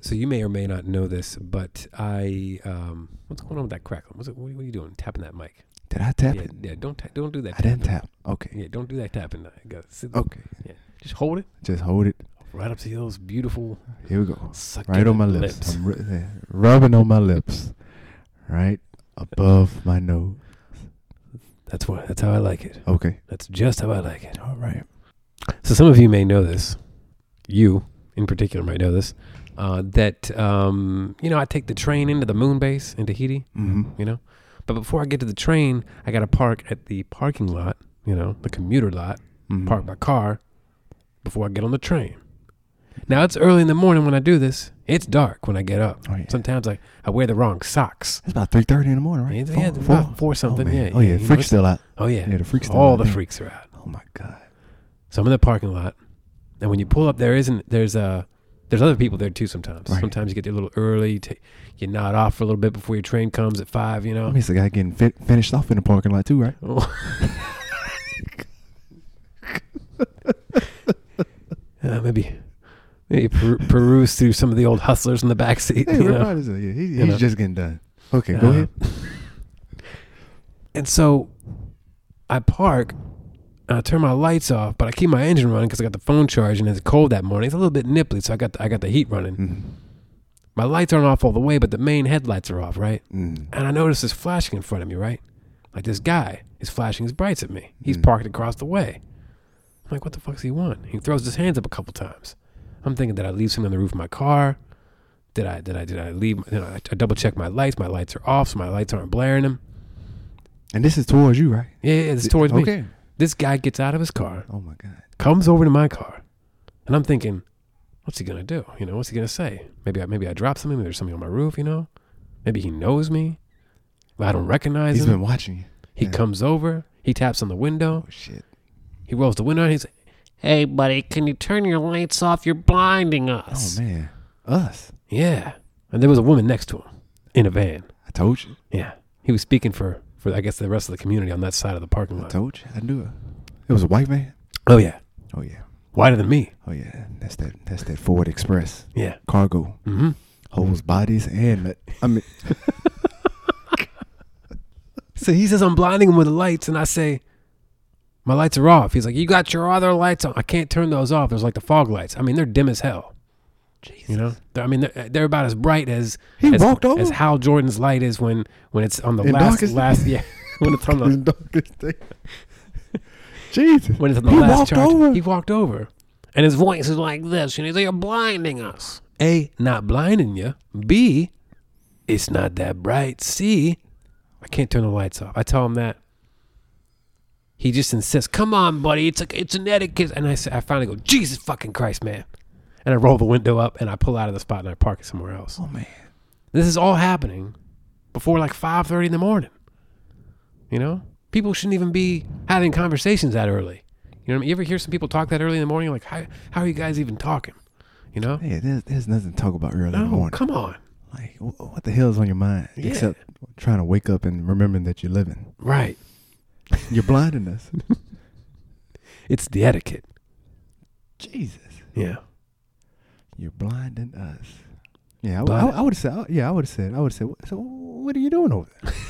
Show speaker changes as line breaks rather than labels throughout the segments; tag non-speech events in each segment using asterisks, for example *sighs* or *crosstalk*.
so you may or may not know this, but I um, what's going on with that crackling? What's it, what, are you, what are you doing? Tapping that mic?
Did I tap
yeah,
it?
yeah. Don't ta- don't do that.
I didn't tap. Oh. Okay.
Yeah, don't do that tapping. I got sit.
Okay.
Just hold it
Just hold it.
right up to those beautiful
Here we go. Right
succulent
on my lips. I'm ru- yeah, rubbing on my lips. Right above my nose.
That's what. That's how I like it.
Okay.
That's just how I like it.
All right.
So some of you may know this. You, in particular, might know this. Uh, that um, you know, I take the train into the moon base in Tahiti.
Mm-hmm.
You know, but before I get to the train, I got to park at the parking lot. You know, the commuter lot.
Mm-hmm.
Park my car before I get on the train. Now it's early in the morning when I do this. It's dark when I get up.
Oh, yeah.
Sometimes I, I wear the wrong socks.
It's about three thirty in the morning, right?
It's- yeah, it's about four something,
Oh, man.
yeah,
Oh
yeah,
yeah,
you know,
freak's
it's-
still out.
Oh yeah,
Yeah, the freak's still
all
out
the
there.
freaks are out.
Oh my god.
So I'm in the parking lot, and when you pull up, there isn't there's uh, there's other people there too. Sometimes,
Right.
sometimes you get there a little early. You, ta- you nod off for a little bit before your train comes at five. You
I
know.
mean, it's the guy getting fin- finished off in the parking lot
*laughs*
too, right?
Uh, maybe maybe per- peruse through some of the old hustlers in the back seat.
Hey,
you know?
everybody's uh, yeah, he, he's
know. Uh-huh.
just getting done. Okay, go ahead.
And so I park and I turn my lights off, but I keep my engine running because I got the phone charging. It's cold that morning. It's a little bit nipply, so I got the, I got the heat running.
Mm. Mm-hmm.
My lights aren't off all the way, but the main headlights are off, right?
Mm-hmm.
And I notice this flashing in front of me, right? Like this guy is flashing his brights at me. He's
Mm.
parked across the way. I'm like, what the fuck's he want? He throws his hands up a couple times. I'm thinking, did I leave something on the roof of my car? Did I did I did I leave? You know, I, I double check my lights. My lights are off, so my lights aren't blaring him.
And this is towards you, right?
Yeah, yeah, it's towards me.
okay.
This guy gets out of his car,
Oh my god.
comes over to my car, and I'm thinking, what's he gonna do? You know, what's he gonna say? Maybe I maybe I dropped something. Maybe there's something on my roof. You know, maybe he knows me. I don't recognize
He's
him.
been watching you.
He
Yeah.
comes over. He taps on the window.
Oh shit.
He rolls the window and he's like, Hey, buddy, can you turn your lights off? You're blinding
Oh
us.
man. Us.
Yeah. And there was a woman next to him in a van.
I told you.
Yeah. He was speaking for, for I guess, the rest of the community on that side of the parking
I
lot.
told you. I knew it. It was a white man.
Oh, yeah.
Oh yeah.
Whiter than me.
Oh yeah. That's that. That's that Ford Express
Yeah.
cargo
Mm-hmm.
holds bodies and let-
*laughs*
I mean
So he says, I'm blinding him with the lights. And I say, My lights are off. He's like, You got your other lights on. I can't turn those off. There's like the fog lights. I mean, they're dim as hell. You
*laughs*
know, They're- I mean, they're, they're about as bright as
he
as,
walked over.
as Hal Jordan's light is when when it's on the
In
last
darkest-
last
*laughs*
yeah *laughs* when it's on the
The darkest thing. *laughs* Jesus.
when it's on the
He
last
walked
charge.
over.
He walked over, and his voice is like this, and he's like, "You're blinding us." A, not blinding you. B, it's not that bright. C, I can't turn the lights off. I tell him that. He just insists, "Come on, buddy, it's a, it's an etiquette." And I say, I finally go, "Jesus fucking Christ, man!" And I roll the window up and I pull out of the spot and I park it somewhere else.
Oh man.
This is all happening before like five thirty in the morning. You know, people shouldn't even be having conversations that early. You know, what I mean? you ever hear some people talk that early in the morning? You're like, how how are you guys even talking? You know,
Hey, there's, there's nothing to talk about early in the
no,
morning.
come on,
Like, wh- what the hell is on your mind
Yeah.
except trying to wake up and remembering that you're living?
right?
You're
*laughs*
blinding us.
It's the etiquette.
Jesus,
Yeah,
you're blinding us. Yeah, I,
Blind-
would have said. I- Yeah, I would have said. I would have said. "Wh- So, what are you doing over there? *laughs*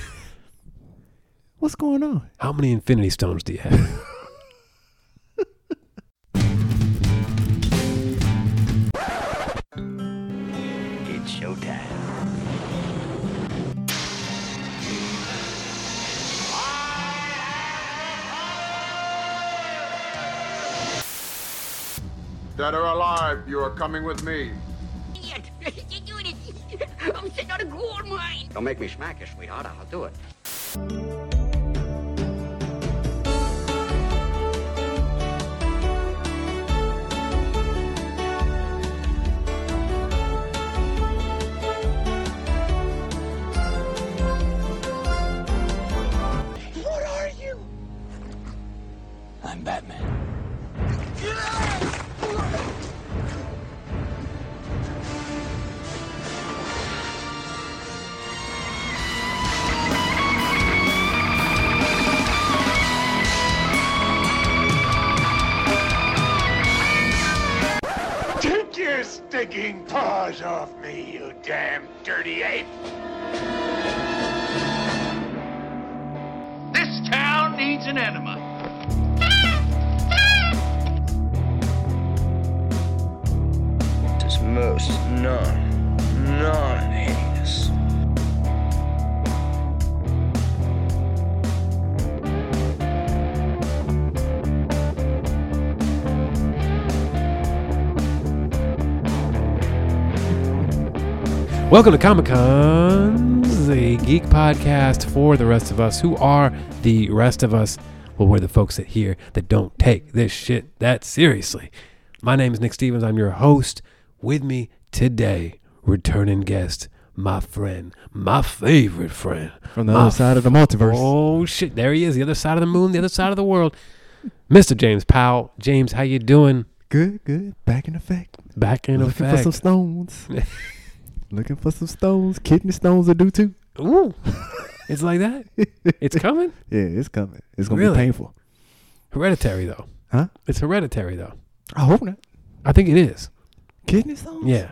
What's going on?
how many infinity stones do you have?
It's showtime.
Dead or alive, you are coming with me.
Idiot! You do it! I'm sitting on a gold mine!
Don't make me smack you, sweetheart. I'll do it.
What are you?
I'm Batman.
What
bleeding paws off me, you damn dirty ape! This town needs an enema.
is most non, non-heinous.
Welcome to Comic Cons, a geek podcast for the rest of us who are the rest of us. Well, we're the folks that here that don't take this shit that seriously. My name is Nick Stevens. I'm your host. With me today, returning guest, my friend, my favorite friend
From the other side of the multiverse.
Oh shit! There he is, the other side of the moon, the other side of the world, Mr. James Powell. James, how you doing?
Good, good. Back in effect.
Back in
Looking for
effect.
some *laughs* stones. Looking for some stones. Kidney stones are due too.
Ooh, it's like
*laughs*
that. It's coming.
Yeah, it's coming. It's gonna
Really?
be painful.
Hereditary though.
Huh?
It's hereditary though.
I hope not.
I think it is.
Kidney stones?
Yeah.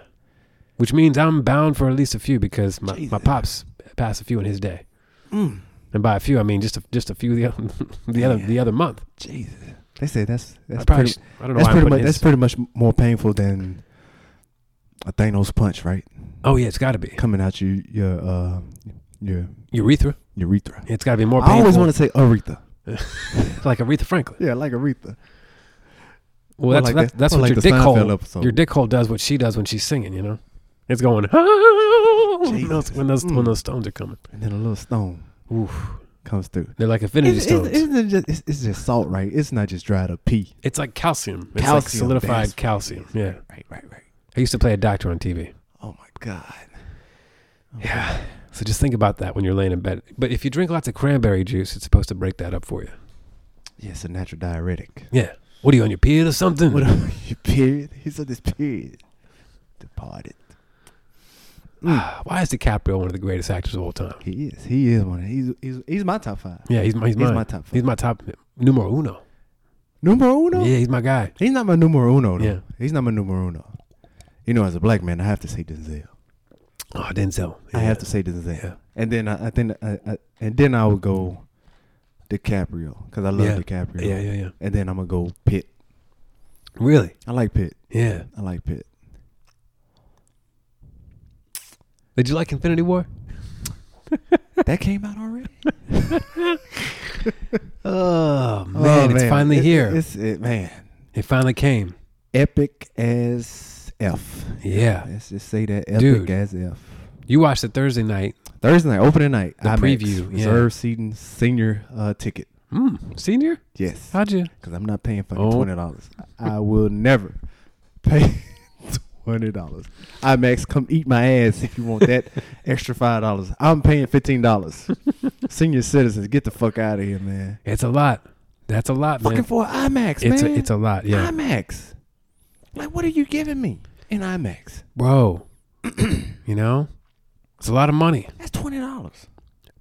Which means I'm bound for at least a few because my, my
Jesus.
pops passed a few in his day.
Mm,
And by a few, I mean just a, just a few the other *laughs* the other, the other month.
Jesus. They say that's that's
I probably
pretty,
sh- I don't know
that's
why I'm
pretty much
putting
that's
his,
pretty much more painful than a Thanos punch, right?
Oh yeah, it's got to be
Coming out your your uh, your
urethra.
urethra.
It's got to be more. Painful,
I always want to say urethra.
to like Aretha Franklin.
Yeah, like urethra.
Well,
Or
that's
like
that's,
the-
that's
or
what
like
your
the
dick
Seinfeld
hole.
episode.
Your dick hole does what she does when she's singing. You know, it's going *laughs* "Ah," when those
Jesus.
when those, when
Mm.
those stones are coming.
And then a little stone
Oof,
comes through.
they're like affinity
It's,
stones.
it's,
It's,
it's just, it's, it's just salt, right? It's not just dried up pee.
like calcium. It's like
Calcium,
solidified
that's-
calcium. Yeah,
Right, right, right.
I used to play a doctor on TV.
Oh my God.
Yeah. So just think about that when you're laying in bed. But if you drink lots of cranberry juice, it's supposed to break that up for you.
Yeah, it's a natural diuretic.
Yeah. What are you on your period or something?
*laughs* What are you, period? He's on this period. Departed.
*sighs* Why is DiCaprio one of the greatest actors of all time?
He is. He is one. of- He's he's, he's my top five.
Yeah, he's my he's,
He's
mine.
my top five.
He's my top numero uno.
Numero uno.
Yeah, he's my guy.
He's not my numero uno. Though.
Yeah.
He's not my numero uno. You know, as a black man, I have to say Denzel.
Oh, Denzel.
I
Yeah.
have to say Denzel.
Yeah.
And then I, I think I, I, and then I would go DiCaprio because I love
Yeah.
DiCaprio.
Yeah, yeah, yeah.
And then I'm gonna go Pitt.
Really?
I like Pitt.
Yeah.
I like
*laughs*
Pitt.
Did you like Infinity War?
That came out already.
Oh man,
*laughs* Oh,
it's finally
It-
here.
It's it, man,
it finally came.
epic as f.
Yeah.
Let's just say that epic
Dude.
as f.
You watched it Thursday night.
Thursday night, opening night.
The
IMAX,
preview, yeah.
reserved seating, senior uh, ticket.
Mm, senior?
Yes.
How'd you?
Cause I'm not paying fucking
Oh.
twenty dollars. I will never pay *laughs* twenty dollars. IMAX, come eat my ass if you
*laughs*
want that extra five dollars. I'm paying fifteen dollars. Senior citizens, get the fuck out of here, man.
It's a lot. That's a lot, man.
Fucking for IMAX,
it's
man.
a, it's a lot, yeah.
IMAX. Like, what are you giving me in IMAX?
Bro. *clears throat* you know? It's a lot of money.
That's twenty dollars.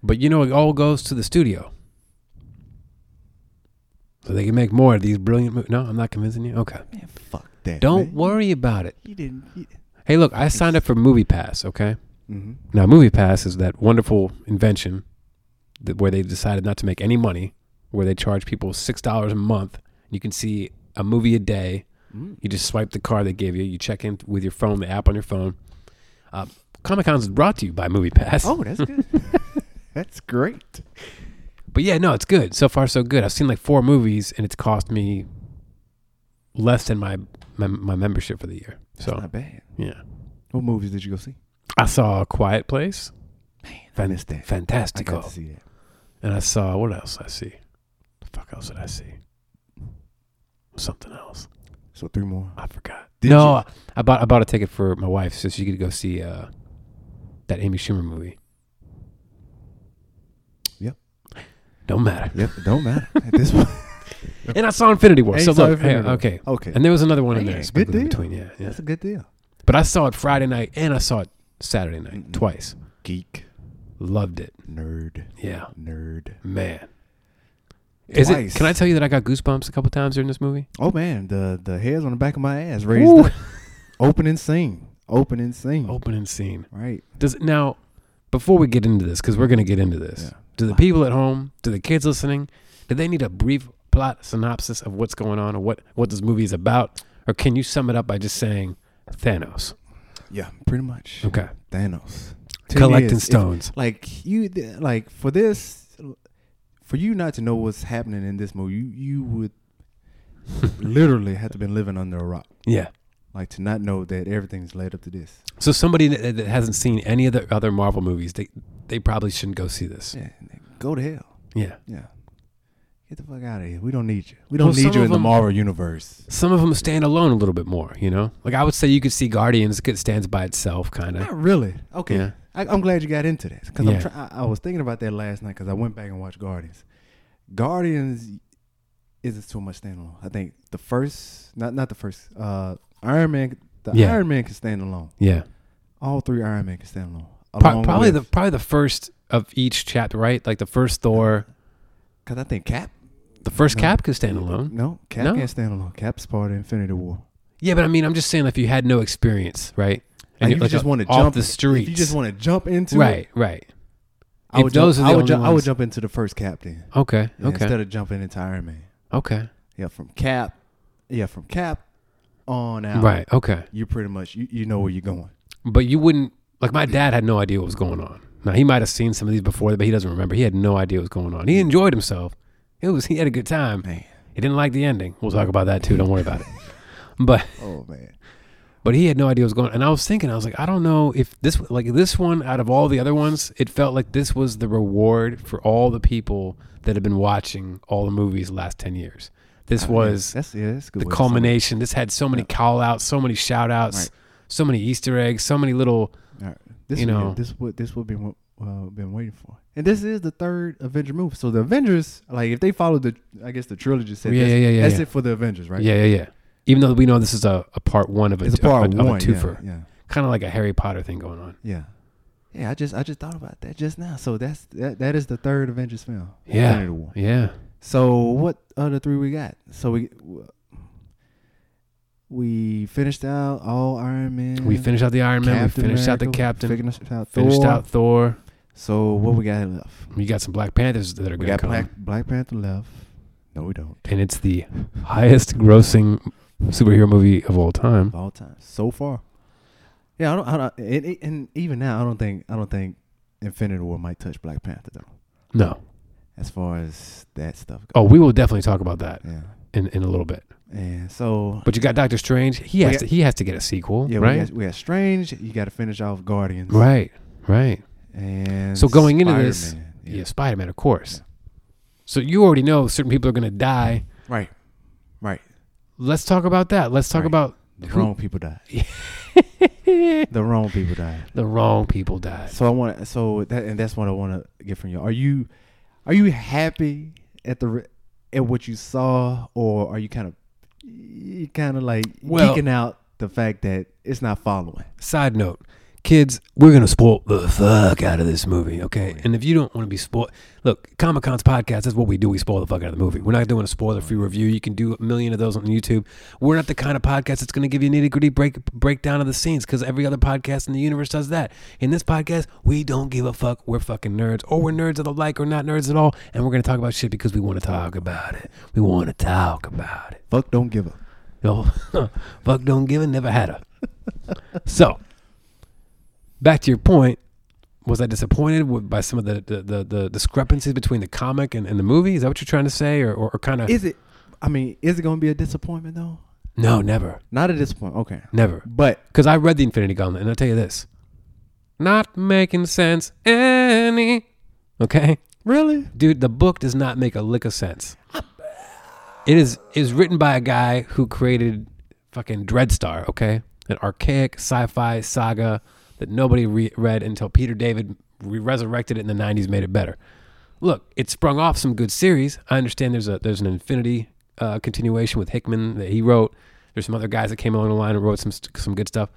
But you know it all goes to the studio. So they can make more of these brilliant movies. No, I'm not convincing you. Okay.
Man, fuck that.
Don't
man.
worry about it.
You didn't. You,
Hey, look, I signed up for Movie Pass, okay?
Mhm.
Now, Movie Pass is that wonderful invention that where they decided not to make any money, where they charge people six dollars a month. You can see a movie a day.
Mm.
You just swipe the card they give you. You check in with your phone, the app on your phone. Uh, Comic Cons is brought to you by Movie Pass.
Oh, that's
*laughs*
good. that's great.
But yeah, no, it's good. So far, so good. I've seen like four movies, and it's cost me less than my my, my membership for the year. So
Not bad.
yeah,
What movies did you go see?
I saw A Quiet Place.
I missed that. I
Fantastical.
got to see that.
And I saw what else I see? The fuck else did I see? Something else.
So three more.
I forgot.
Did
no, I- I bought I bought a ticket for my wife so she could go see uh, that Amy Schumer movie.
Yep.
Don't matter.
Yep, it don't matter. *laughs* At this point,
And I saw Infinity War.
And
so
you saw
look, hey,
Infinity War. Oh,
okay,
Okay.
And there was another one in
Man,
there
good
sprinkled in
deal.
between. Yeah, yeah.
that's a good deal.
But I saw it Friday night and I saw it Saturday night twice.
Geek,
Loved it.
nerd,
Yeah,
nerd.
man. Is it?
Twice.
Can I tell you that I got goosebumps a couple times during this movie?
*laughs* Oh man, the the hairs on the back of my ass raised.
Ooh. Oh.
Up. Opening scene. opening scene.
Opening scene.
Right.
Does now, before we get into this, because we're going to get into this,
Yeah.
do the people at home, do the kids listening, do they need a brief plot synopsis of what's going on or what what this movie is about, or can you sum it up by just saying Thanos?
Yeah, pretty much.
Okay,
Thanos.
Collecting
Ten years. If-
stones.
like you th- like for this for you not to know what's happening in this movie, you,
*laughs*
you would literally have to been living under a rock.
yeah.
Like to not know that everything's led up to this.
So somebody that, that hasn't seen any of the other Marvel movies, they they probably shouldn't go see this.
Yeah. Go to hell.
Yeah.
Yeah. Get the fuck out of here. We don't need you. We don't
Well, some
need you
of
in the
them-
Marvel universe.
Some of them stand alone a little bit more, you know. Like I would say, you could see Guardians; it stands by itself, kind of.
Not really. Okay.
Yeah.
I, I'm glad you got into this because
Yeah.
I'm. Try- I, I was thinking about that last night because I went back and watched Guardians. Guardians isn't too much standalone. I think the first, not not the first, uh, Iron Man. The
Yeah.
Iron Man can stand alone.
Yeah,
All three Iron Man can stand alone.
Pro- probably the probably the first of each chapter, right? Like the first Thor,
because I think Cap.
the first
No.
Cap could stand alone.
No, Cap
No.
can't stand alone. Cap's part of Infinity War.
Yeah, but I mean, I'm just saying, if you had no experience, right?
Like,
you're
if you just
a-
want to
off
jump
the streets,
If you just want to jump into
right,
it,
right.
I
If
would,
those are the
jump, I, would
only
jump, I would
ones-
jump into the first Cap then.
Okay,
Yeah,
okay,
Instead of jumping into Iron Man.
okay.
Yeah, from Cap. Yeah, from Cap on out.
Right, okay.
You pretty much you, you know where you're going.
But you wouldn't like my dad had no idea what was going on. Now he might have seen some of these before, but he doesn't remember. He had no idea what was going on. He enjoyed himself. It was he had a good time.
Mm. Man.
He didn't like the ending. We'll talk about that too. Don't worry
*laughs*
about it. But
Oh man.
but he had no idea what was going on. And I was thinking, I was like, I don't know if this like this one out of all the other ones, it felt like this was the reward for all the people that have been watching all the movies the last ten years. This was
that's Ah, yeah, that's a good.
the
way to sum it up.
culmination. This had so many call outs, so many shout outs,
Right.
so many Easter eggs, so many little
All right. This
you
would-
know.
this would this would be what uh, been waiting for. And this is the third Avenger movie. So the Avengers, like if they follow the I guess the trilogy said
Yeah,
that's,
yeah, yeah, yeah,
that's
yeah.
it for the Avengers, right?
Yeah, yeah, yeah. Even though we know this is a, a part one of a,
It's a part
of a, of
one.
a twofer,
Yeah,
kind of like a Harry Potter thing going on.
yeah. Yeah. Yeah, I just I just thought about that just now. So that's that, that is the third Avengers film.
Yeah,
Infinity War.
yeah.
So what other three we got? So we we finished out all Iron Man.
We finished out the Iron Man. we finished out the
America,
Captain.
Finished out
finished
Thor.
out Thor.
So what we got left?
We got some Black Panthers that are going
We
to
got
come,
Black Black Panther left. No, we don't.
and it's the highest grossing superhero movie of all time.
Of all time so far. Yeah, I don't. I don't and, and- and even now, I don't think I don't think Infinity War might touch Black Panther though.
No.
As far as that stuff goes.
Oh, we will definitely talk about that
Yeah.
in, in a little bit.
And so
But you got Doctor Strange. He has
got-
to he has to get a sequel,
yeah,
right?
we got, we got Strange. You got to finish off Guardians.
right. Right.
And
So going into this-
Spider-Man,
Yeah, Spider Man, of course. So you already know certain people are going to die.
Right. Right.
Let's talk about that. Let's talk
Right.
about
The
Who-
wrong people
*laughs*
died. the wrong people died.
the wrong people died.
So I want to. So that and that's what I want to get from you. Are you, are you happy at the re- at what you saw, or are you kind of, you kind of like
Well-
geeking out the fact that it's not following?
Side note, kids, we're gonna spoil the fuck out of this movie, okay? And if you don't want to be spoiled, look, Comic Con's podcast that's what we do. We spoil the fuck out of the movie. We're not doing a spoiler-free review. You can do a million of those on YouTube. We're not the kind of podcast that's gonna give you nitty-gritty break breakdown of the scenes because every other podcast in the universe does that. In this podcast, we don't give a fuck. We're fucking nerds, or we're nerds of the like, or not nerds at all, and we're gonna talk about shit because we want to talk about it. We want to talk about it.
Fuck, don't give up.
No, *laughs* fuck don't give and never had her. so, back to your point, was I disappointed with, by some of the, the, the, the discrepancies between the comic and, and the movie? Is that what you're trying to say, or, or, or kind of?
Is it? I mean, is it going to be a disappointment though?
No, never,
Not a disappointment. Okay,
never.
but
Because I read the Infinity Gauntlet, and I'll tell you this: not making sense any. Okay,
really,
dude, the book does not make a lick of sense. It is is written by a guy who created fucking Dreadstar, okay? An archaic sci-fi saga that nobody re- read until Peter David re- resurrected it in the 90s made it better. Look, it sprung off some good series. I understand there's a there's an Infinity uh, continuation with Hickman that he wrote. There's some other guys that came along the line and wrote some st- some good stuff.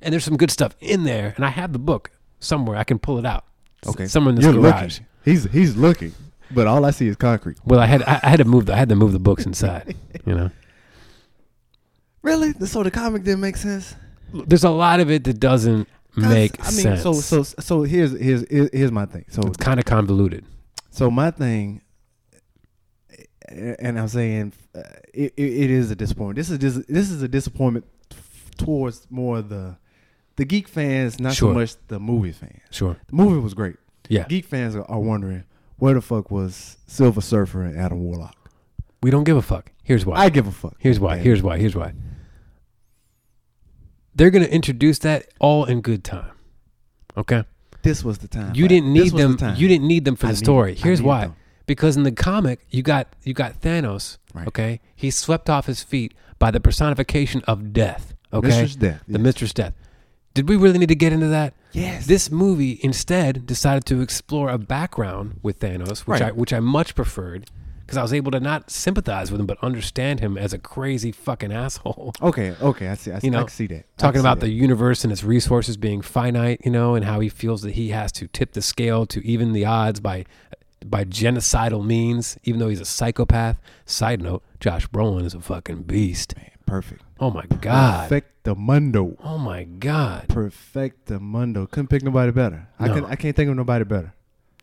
And there's some good stuff in there, and I have the book somewhere. I can pull it out. S-
okay.
somewhere in this
You're
garage.
looking. He's he's looking, but all I see is concrete.
Well, I had I I had to move. The, I had to move the
*laughs*
books inside. You know.
Really? So the comic didn't make sense.
there's a lot of it that doesn't make
I mean,
sense.
so so so here's here's here's here's my thing. So
it's kind of convoluted.
So my thing, and I'm saying uh, it, it, it is a disappointment. This is dis- this is a disappointment f- towards more the the geek fans, not
Sure.
so much the movie fans.
Sure.
The movie was great.
Yeah.
Geek fans are, are wondering where the fuck was Silver Surfer and Adam Warlock.
We don't give a fuck. Here's why.
I give a fuck.
Here's why.
man.
Here's why. Here's why. They're going to introduce that all in good time. Okay?
this was the time.
You
right?
didn't
This
need
was the
them
time.
you didn't need them for
I
the
need-
story.
I
Here's
need
why.
them.
Because in the comic, you got you got Thanos,
Right.
okay? He's swept off his feet by the personification of death, okay?
Mistress Death,
The
yes.
Mistress Death. Did we really need to get into that?
Yes.
This movie instead decided to explore a background with Thanos, which
Right.
I which I much preferred because I was able to not sympathize with him but understand him as a crazy fucking asshole.
Okay. Okay. I see. I see.
You know,
I can see that. I
Talking
can see
about
that.
the universe and its resources being finite, you know, and how he feels that he has to tip the scale to even the odds by by genocidal means, even though he's a psychopath. Side note, Josh Brolin is a fucking beast.
perfect.
Oh my god.
Perfectamundo.
Oh my god.
Perfectamundo. Couldn't pick nobody better. I
No.
can I can't think of nobody better.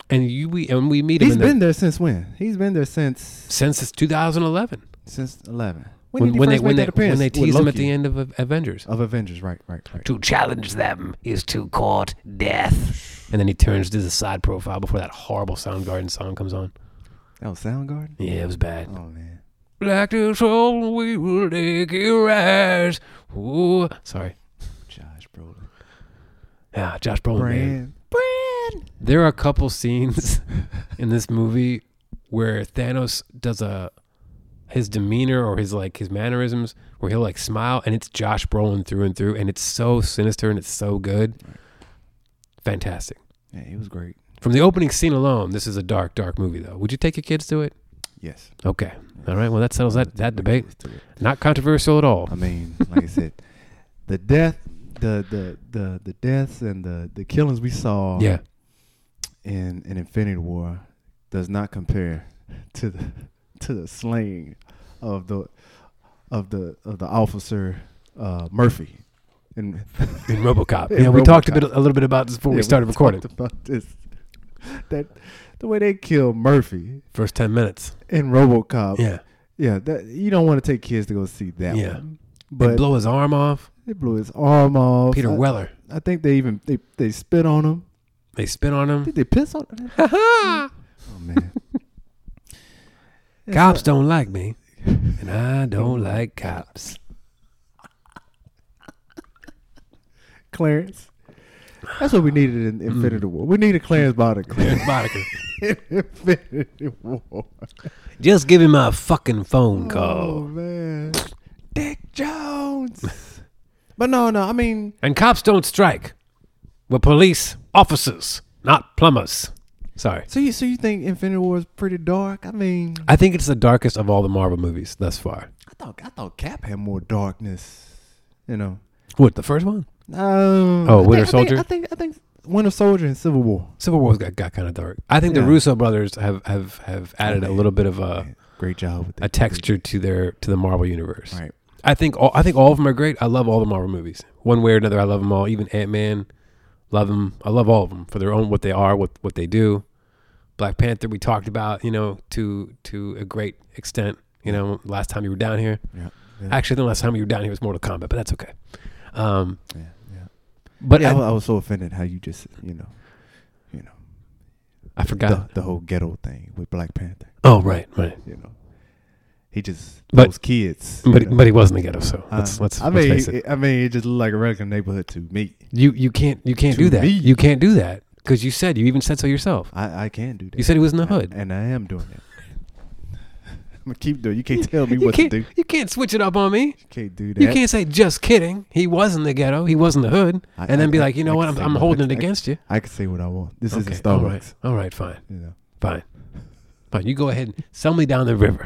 And you we and we meet him
He's
in the-
been there since when? He's been there since
since 2011.
since eleven.
when,
did he
when they when they,
first make that
when
appearance?
they
With
tease him at
Loki.
the end of Av- Avengers,
of Avengers, right, right, right.
to challenge them is to court death. And then he turns to the side profile before that horrible Soundgarden song comes on.
That was Soundgarden.
Yeah, it was bad.
Oh man,
Like the soul, we will take your eyes. Ooh, sorry.
Josh Brolin.
Yeah, Josh Brolin. Man.
Brand, *laughs* Brand.
There are a couple scenes in this movie where Thanos does a his demeanor or his like his mannerisms where he'll like smile and it's Josh Brolin through and through and it's so sinister and it's so good. Fantastic.
Yeah, he was great.
From the opening scene alone, this is a dark, dark movie though. Would you take your kids to it?
Yes.
Okay. All right. Well, that settles that that debate. Not controversial at all.
I mean, like I said, *laughs* the death, the the the the deaths and the the killings we saw.
Yeah.
in an Infinity War does not compare *laughs* to the to the slaying of the of the of the officer uh, Murphy. And
In RoboCop.
In
yeah, we talked a
RoboCop.
bit a little bit about this before we
*laughs*
started recording.
about this that the way they kill Murphy
First 10 minutes.
in RoboCop.
Yeah.
yeah. That you don't want to take kids to go see that.
Yeah.
one.
But
but
blow his arm off.
they blew his arm off.
Peter
I,
Weller.
I think they even they they spit on him.
They spit on him.
Did they piss on him? oh man.
Cops don't like me, and I
*laughs*
don't like cops.
Clarence. That's what we needed in Infinity
Mm.
War. We needed Clarence Boddicker
Boddicker.
in *laughs* Infinity War.
Oh. Just give him my fucking phone
Oh
call.
man, Dick Jones. but no, no. I mean,
And cops don't strike. We're police officers, not plumbers. Sorry.
so you so you think Infinity War is pretty dark? I mean,
I think it's the darkest of all the Marvel movies thus far.
I thought I thought Cap had more darkness. You know.
What, the first one?
Um,
Oh,
I think-
Winter
I think-
Soldier?
I think, I think Winter Soldier and Civil War.
Civil War got, got kind of dark. I think
Yeah.
the Russo brothers have, have, have added a little bit of a,
Great job with that.
a texture to their to the Marvel universe.
Right.
I think all I think all of them are great. I love all the Marvel movies, one way or another. I love them all. Even Ant Man, love them. I love all of them for their own what they are, what what they do. Black Panther, we talked about, you know, to to a great extent. You know, last time you were down here.
Yeah.
Actually, the last time you were down here was Mortal Kombat, but that's okay. Um,
Yeah, yeah.
But
Yeah, I,
I,
wa- I was so offended how you just you know, you know.
I
the,
forgot.
the whole ghetto thing with Black Panther.
oh right, right.
You know, he just
But-
those kids.
But
you know.
but he wasn't the ghetto, so
Uh,
let's let's,
I
let's
mean,
face it.
it- I mean, it just looked like a regular neighborhood to me.
You you can't you can't
To
do that.
me.
You can't do that because you said you even said so yourself.
I, I can do that.
You said he was in the hood.
and I am doing that. *laughs* I'm gonna keep doing. You can't tell me
You
what to
can't,
do. You
you can't switch it up on me.
can't do that.
You can't say just kidding. He was in the ghetto. He was in the hood,
I-
and then
I-
be
I-
like, you know
I
what?
can
I'm,
say
I'm
what I
holding it
can-
against you.
I can say what I want. This
Okay,
isn't
all
Starbucks.
right, all right, fine,
You know,
fine, fine. You go ahead and sell me down the
*laughs*
river,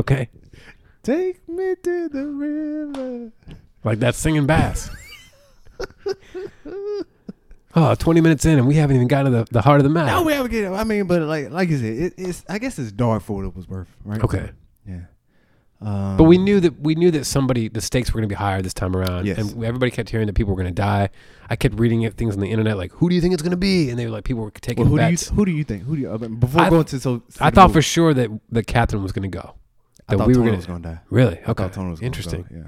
okay?
take me to the river.
like that singing
*laughs*
bass. oh, 20 minutes in, and we haven't even gotten to the, the heart of the matter.
No, we haven't get it. I mean, but like, like you said, it, it's. I guess it's dark for what it was worth, right?
okay,
Yeah. Um,
But we knew that we knew that somebody the stakes were going to be higher this time around,
Yes.
and everybody kept hearing that people were going to die. I kept reading it, things on the internet like, "Who do you think it's going to be?" And they were like, people were taking
well, who
bets.
do you who do you think? Who do you, I mean, before
I-
going to so
I thought for sure that the captain was going to go.
I
that
thought
we were
Tony
gonna-
was going to die.
Really? Okay.
I thought Tony was gonna
Interesting.
Go, yeah.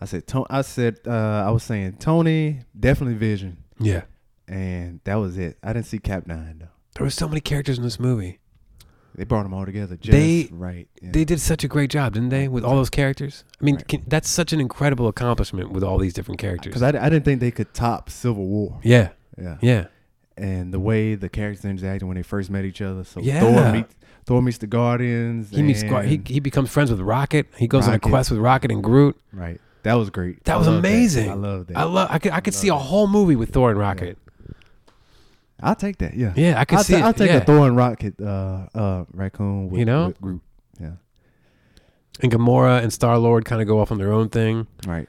I said Tony. I said uh, I was saying Tony definitely Vision,
Yeah.
and that was it. I didn't see Cap Nine though.
There were so many characters in this movie.
They brought them all together. Just
They-
right. yeah.
They did such a great job, didn't they, with all those characters? I mean, can, that's such an incredible accomplishment with all these different characters.
Because I, I didn't think they could top Civil War.
yeah,
Yeah.
yeah,
And the way the characters interacted when they first met each other. So
Yeah.
Thor, meets, Thor meets the Guardians.
he meets Scar- he
and-
he becomes friends with Rocket. He goes on a
Rocket.
quest with Rocket and Groot.
Right. That was great.
That
I
was
love
amazing.
I love that.
I love. I could I could see a whole movie with Thor and Rocket.
I'll take that. Yeah.
Yeah, I could
I'll
see it,
I'll take
yeah.
a Thor and Rocket uh, uh, raccoon with,
You know?
with Groot. Yeah.
And Gamora and Star Lord kind of go off on their own thing.
Right.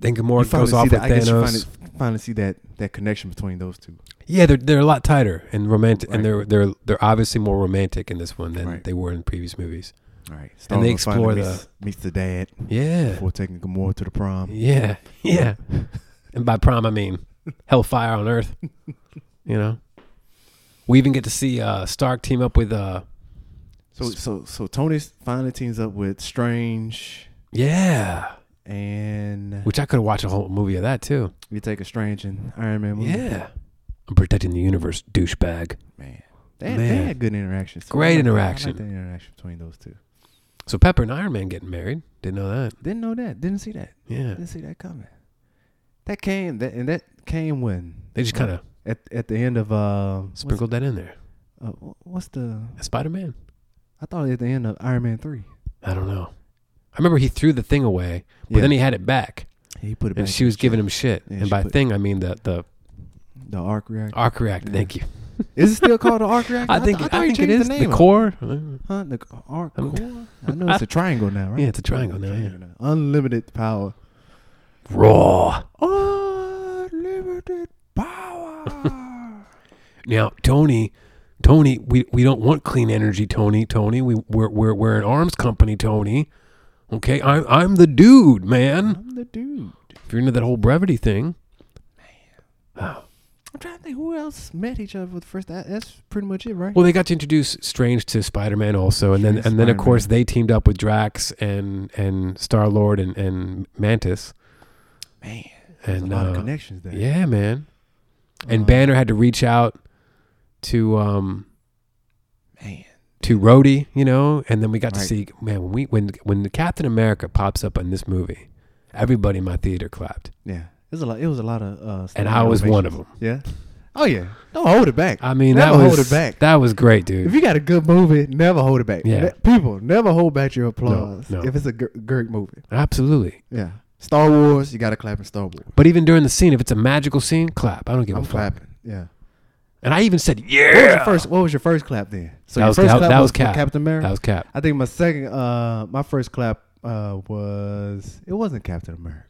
Then Gamora
finally
goes off
see
with
that. I guess you
Thanos.
finally, finally see that, that connection between those two.
Yeah, they're they're a lot tighter and romantic,
Right.
and they're they're they're obviously more romantic in this one than
Right.
they were in previous movies.
Right.
And they
Star-Lord finally
explore the-
meets, meets the dad
Yeah,
before taking Gamora to the prom.
yeah, *laughs* yeah. and by prom, I mean hellfire on Earth. You know, we even get to see uh, Stark team up with uh,
So so so Tony finally teams up with Strange
yeah,
and
which I could watch a whole movie of that too.
you take a Strange and Iron Man. movie.
Yeah, I'm protecting the universe, douchebag.
man. They, they
Man.
had good interactions. too.
Great
I like- I
interaction.
like the interaction between those two.
So Pepper and Iron Man getting married. Didn't know that.
Didn't know that. Didn't see that.
Yeah,
Didn't see that coming. That came that and that came when
they just kind of
at at the end of uh what's-
sprinkled that in there.
uh, wh- what's the
Spider Man.
I thought at the end of Iron Man three.
I don't know. I remember he threw the thing away, but
Yeah.
then he had it back,
He put it
and
back
she
in
was
the
giving
chest.
him shit.
Yeah,
and
she
by
put-
thing, I mean the the
the arc reactor.
arc reactor.
Yeah.
Thank you.
Is it still called the arc reactor?
*laughs* I think
th-
I,
thought he
think it
changed
is
the,
the,
name of it.
core.
Huh? The c- arc.
I don't-
core? I
*laughs*
know it's a triangle now, right?
Yeah, it's a triangle now, yeah.
Triangle now. Unlimited power.
Raw.
Unlimited power.
Now Tony, Tony, we, we don't want clean energy, Tony. Tony, we we're we're, we're an arms company, Tony. Okay, I'm I'm the dude, man.
*laughs* I'm the dude.
If you're into that whole brevity thing,
I'm trying to think who else met each other for the first. That, that's pretty much it, right?
well, they got to introduce Strange to Spider Man also, and then
Strange
and then of
Spider-Man.
course they teamed up with Drax and and Star Lord and and Mantis.
man, there's
and
a lot
uh,
of connections there.
yeah, man. And
Uh,
Banner had to reach out to um
man.
to Rhodey, you know, and then we got to
Right.
see man when we when when the Captain America pops up in this movie, everybody in my theater clapped.
Yeah, there's a lot. It was a lot of. Uh,
And
standing
I was one
ovations.
of
Yeah. Oh yeah. Don't hold it back.
I mean,
never
that was
hold it back.
that was great, dude.
if you got a good movie, never hold it back.
Yeah.
Ne- people, never hold back your applause.
no.
If it's a gr- great movie.
Absolutely.
Yeah. Star Wars, you got to clap in Star Wars.
But even during the scene, if it's a magical scene, clap. I don't give
I'm
a fuck.
clapping. Yeah.
And I even said,
What was
"Yeah."
your first? What was your first clap then? So
That
your
was-
first
that- that was
for
Cap.
Captain America.
That was Cap.
I think my second, uh, my first clap uh, was it wasn't Captain America.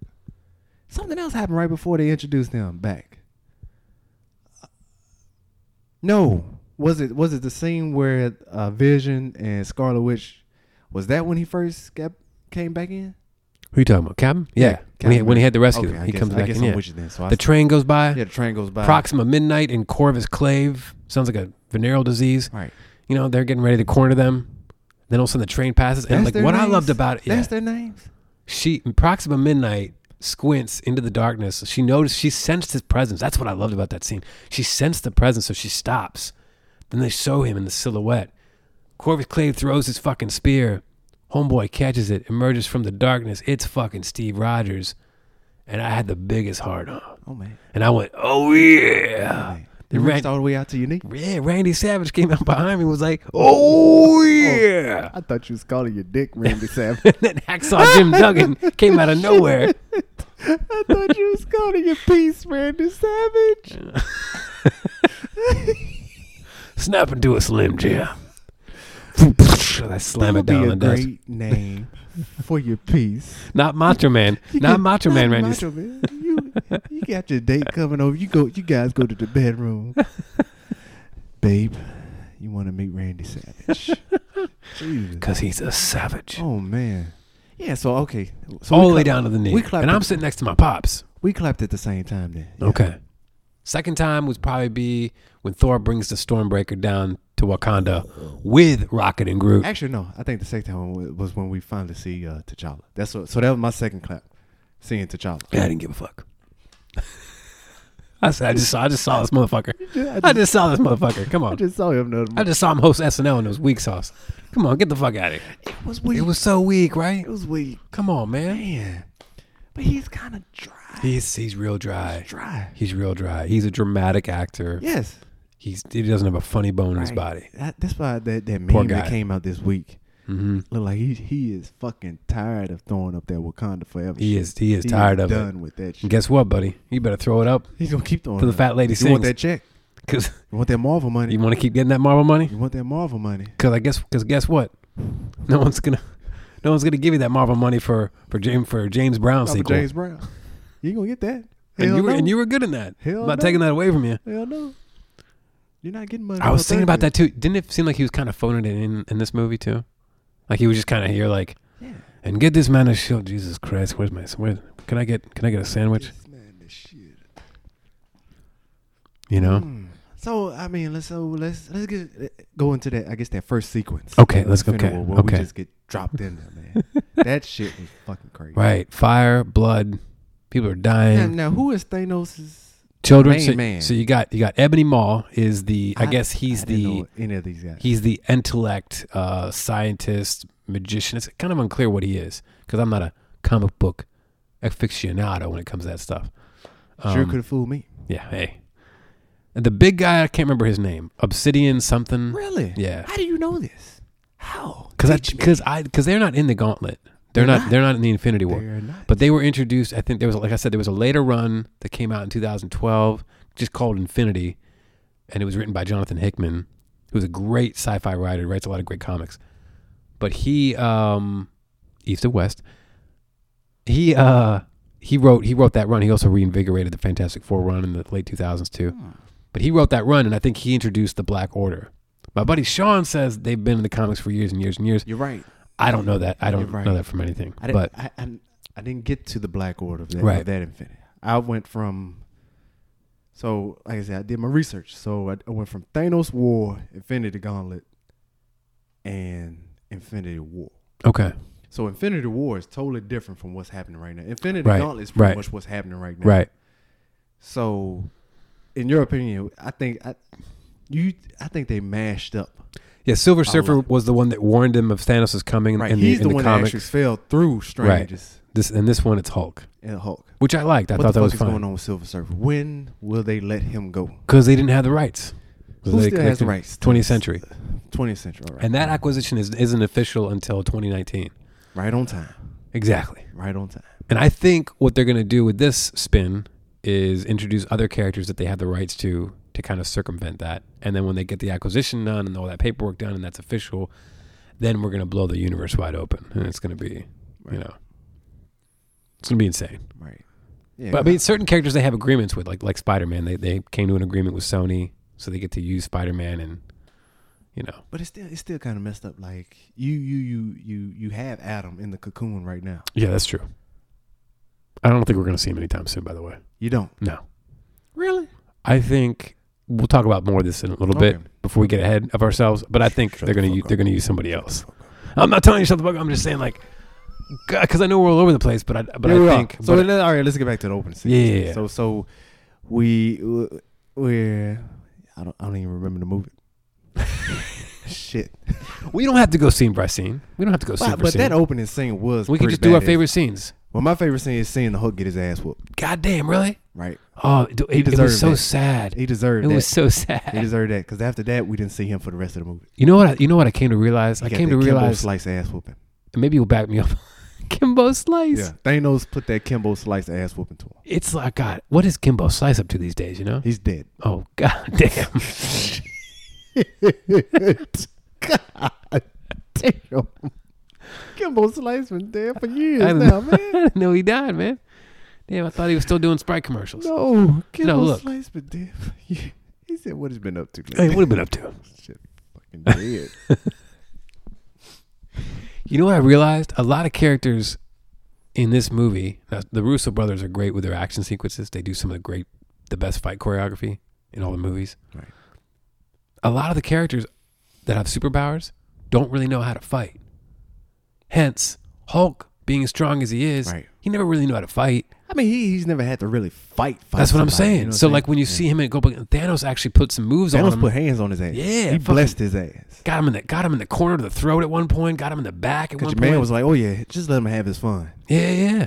Something else happened right before they introduced him back. Uh, No, was it was it the scene where uh, Vision and Scarlet Witch was that when he first got, came back in?
Who you talking about, Captain? Yeah, when, he,
Captain
when he had to rescue
Okay,
them,
I
he
guess-
comes
I
back
guess
in.
I'm
yeah.
with you then. So I
the
s-
train goes by.
Yeah, the train goes by.
Proxima Midnight and Corvus Clave. Sounds like a venereal disease.
Right.
You know, they're getting ready to corner them. Then all of a sudden the train passes. And
That's
like
their
what I
names?
loved about it, yeah,
That's their names.
she Proxima Midnight squints into the darkness. She noticed she sensed his presence. That's what I loved about that scene. She sensed the presence, so she stops. Then they show him in the silhouette. Corvus Clave throws his fucking spear. Homeboy catches it, emerges from the darkness. It's fucking Steve Rogers. And I had the biggest heart on.
Oh man,
And I went, oh yeah.
they
Ran-
reached all the way out
*laughs*
to your knee.
yeah, Randy Savage came out behind me and was like, oh, yeah.
I thought you was calling your dick
*laughs*
Randy Savage.
and then Hacksaw Jim Duggan came out of nowhere.
I thought you was calling your piece Randy Savage.
Snap into a Slim Jim. I slam it
That'd
down on
be
the
a
desk.
great name for
*laughs*
your piece.
Not Macho
*laughs*
Man. Not Macho Man, Randy.
Macho man. *laughs* You, you got your date coming over. You go. You guys go to
*laughs* *laughs*
the bedroom, babe. You want to meet Randy Savage? Jesus.
because he's a savage.
Oh man. Yeah. So okay. So
All
we
the way
clap-
down to the knee.
We clapped.
and
at,
I'm sitting next to my pops.
we clapped at the same time then. Yeah.
Okay. Second time would probably be when Thor brings the Stormbreaker down to Wakanda with Rocket and Groot.
Actually, no. I think the second time wa- was when we finally see uh, T'Challa. That's what, so. That was my second clap, seeing T'Challa.
Yeah, I didn't give a fuck. *laughs* I said, I just saw, I just saw this
*laughs*
motherfucker. I just saw this motherfucker. Come
*laughs* I
on.
just saw him. The other
I
morning.
just saw him host SNL and it was weak sauce. Come on, get the fuck out of here.
It was weak.
It was so weak, right?
It was weak.
Come on, man.
Man. But he's kind of dry.
He's he's real dry.
Dry.
He's real dry. He's a dramatic actor.
Yes.
He's he doesn't have a funny bone in his
Right.
body.
That, that's why that that
Poor
meme that
guy.
came out this week.
hmm
Look like he he is fucking tired of throwing up that Wakanda forever.
He
shit.
is he is tired of it.
done with that
And
shit.
guess what, buddy? You better throw it up
He's gonna keep throwing.
to the
it up.
fat lady
You
sings.
want that check?
Cause *laughs*
You want that Marvel money?
you want to keep getting that Marvel money?
You want that Marvel money?
Cause I guess cause guess what? No one's gonna no one's gonna give you that Marvel money for for James for James Brown
Robert
sequel.
James Brown. You ain't gonna get that?
and
Hell
you were
no.
and you were good in that.
Hell
I'm not
no.
taking that away from you.
Hell no. You're not getting money.
I was
thinking
thinking about that too. Didn't it seem like he was kind of phoning it in in this movie too? Like he was just kind of here, like,
Yeah.
and get this man a shield. Jesus Christ, where's my where? Can I get can I get a sandwich?
This man, this shit.
You know.
Hmm. So I mean, let's so let's let's get go into that. I guess that first sequence.
Okay, let's go-
go.
okay,
Where we
okay.
just get dropped in there, man.
*laughs*
that shit was fucking crazy.
Right. Fire, blood, people are dying.
Now, now who is Thanos?
Children.
main
so,
man.
so you got you got Ebony Maw is the I,
I-
guess he's
I didn't
the
know any of these guys.
he's the intellect uh scientist magician. It's kind of unclear what he is because I'm not a comic book aficionado when it comes to that stuff.
sure
Um,
could have fooled me.
Yeah, hey. And the big guy, I can't remember his name. Obsidian something.
Really?
Yeah.
How do you know this? How?
Cuz I
Teach me.
cuz I cuz they're not in the gauntlet. They're,
They're
not,
not.
they're not in the Infinity War.
They're not.
But they were introduced, I think there was like I said there was a later run that came out in 2012 just called Infinity and it was written by Jonathan Hickman, who's a great sci-fi writer, writes a lot of great comics. But he um east of west he uh he wrote he wrote that run. He also reinvigorated the Fantastic Four run in the late 2000s too.
Hmm.
But he wrote that run, and I think he introduced the Black Order. My buddy Sean says they've been in the comics for years and years and years.
You're right.
I don't know that. I
You're
don't
right.
know that from anything.
I didn't.
but
I, I, I didn't get to the Black Order of that,
Right.
of that Infinity. I went from. So, like I said, I did my research. So I, I went from Thanos War, Infinity Gauntlet, and Infinity War.
okay,
So Infinity War is totally different from what's happening right now. Infinity
Right,
Gauntlet is pretty
right.
much what's happening right now.
right.
So, in your opinion, I think I, you, I think they mashed up.
Yeah, Silver Surfer
lot.
was the one that warned him of Thanos' coming
Right,
in the,
he's
in
the,
the,
one
comics.
that actually fell through strangers
This and this one, it's Hulk,
and Hulk.
which I liked. I
what
thought that
the fuck
was
is
fun
going on with Silver Surfer? When will they let him go?
because they didn't have the rights.
Who
They-
still
they
has the
couldn't-
rights?
20th century,
20th century, all right.
and that acquisition is, isn't official until 2019.
right on time.
Exactly.
Right on time.
And I think what they're going to do with this spin is introduce other characters that they have the rights to to kind of circumvent that. And then when they get the acquisition done and all that paperwork done and that's official, then we're going to blow the universe wide open. And it's going to be, you know, it's going to be insane.
Right. Yeah.
But I mean, certain characters they have agreements with, like like Spider Man. They they came to an agreement with Sony, so they get to use Spider Man, and you know,
but it's still it's still kind of messed up. Like you you you you you have Adam in the cocoon right now.
yeah, that's true. I don't think we're going to see him anytime soon. By the way,
You don't.
no.
Really?
I think we'll talk about more of this in a little
Okay.
bit before we get ahead of ourselves. But I think
Shut
they're
the
gonna
fuck
u-
up.
they're gonna use somebody else. I'm not telling you shut the fuck up. I'm just saying like, because I know we're all over the place. But I but
Here we
I
are.
think
so.
but-
let- all right, let's get back to the open
Yeah, yeah,
season.
yeah.
So so we we're I don't I don't even remember the movie. *laughs* Shit.
we don't have to go scene by scene. We don't have to go scene
But,
by
but
scene.
that opening scene was
we can
pretty
just do our
badass.
favorite scenes.
Well, my favorite scene is seeing the Hulk get his ass whooped.
God damn, really?
Right.
Oh, it, it
deserved
was so
it.
sad.
He deserved
it
that.
was so
he
sad.
deserved that because after that we didn't see him for the rest of the movie.
You know what? I, you know what I came to realize. I
He got
came
that
to
Kimbo
realize.
slice ass whooping.
and Maybe you'll back me up. *laughs* Kimbo Slice.
Yeah, Thanos put that Kimbo slice ass whooping to him.
It's like God. What is Kimbo Slice up to these days? You know?
He's dead.
Oh *laughs* God
*laughs*
damn.
God damn. Kimbo Slice been dead for years
I didn't,
now,
know, *laughs* I
man.
didn't know he died, man. Damn, I thought he was still doing Sprite commercials. *laughs*
No, Kimbo
look.
Slice been dead. For *laughs* years. *laughs* He said, "What has been up to?"
Hey, what have been up to?
Shit, fucking dead.
You know what I realized? A lot of characters in this movie, now, the Russo brothers are great with their action sequences. They do some of the great, the best fight choreography in all the movies.
Right.
A lot of the characters that have superpowers don't really know how to fight. Hence, Hulk being as strong as he is,
Right.
he never really knew how to fight.
I mean, he, he's never had to really fight. fight
That's what I'm
somebody, you
saying.
know what
so, like when you see him in Go, Thanos actually put some moves on
Thanos
him.
put hands on his ass.
Yeah,
he
fucking-
blessed his ass.
got him in the got him in the corner of the throat at one point. Got him in the back at one
Cause your
point.
man was like, "Oh yeah, just let him have his fun."
yeah, yeah.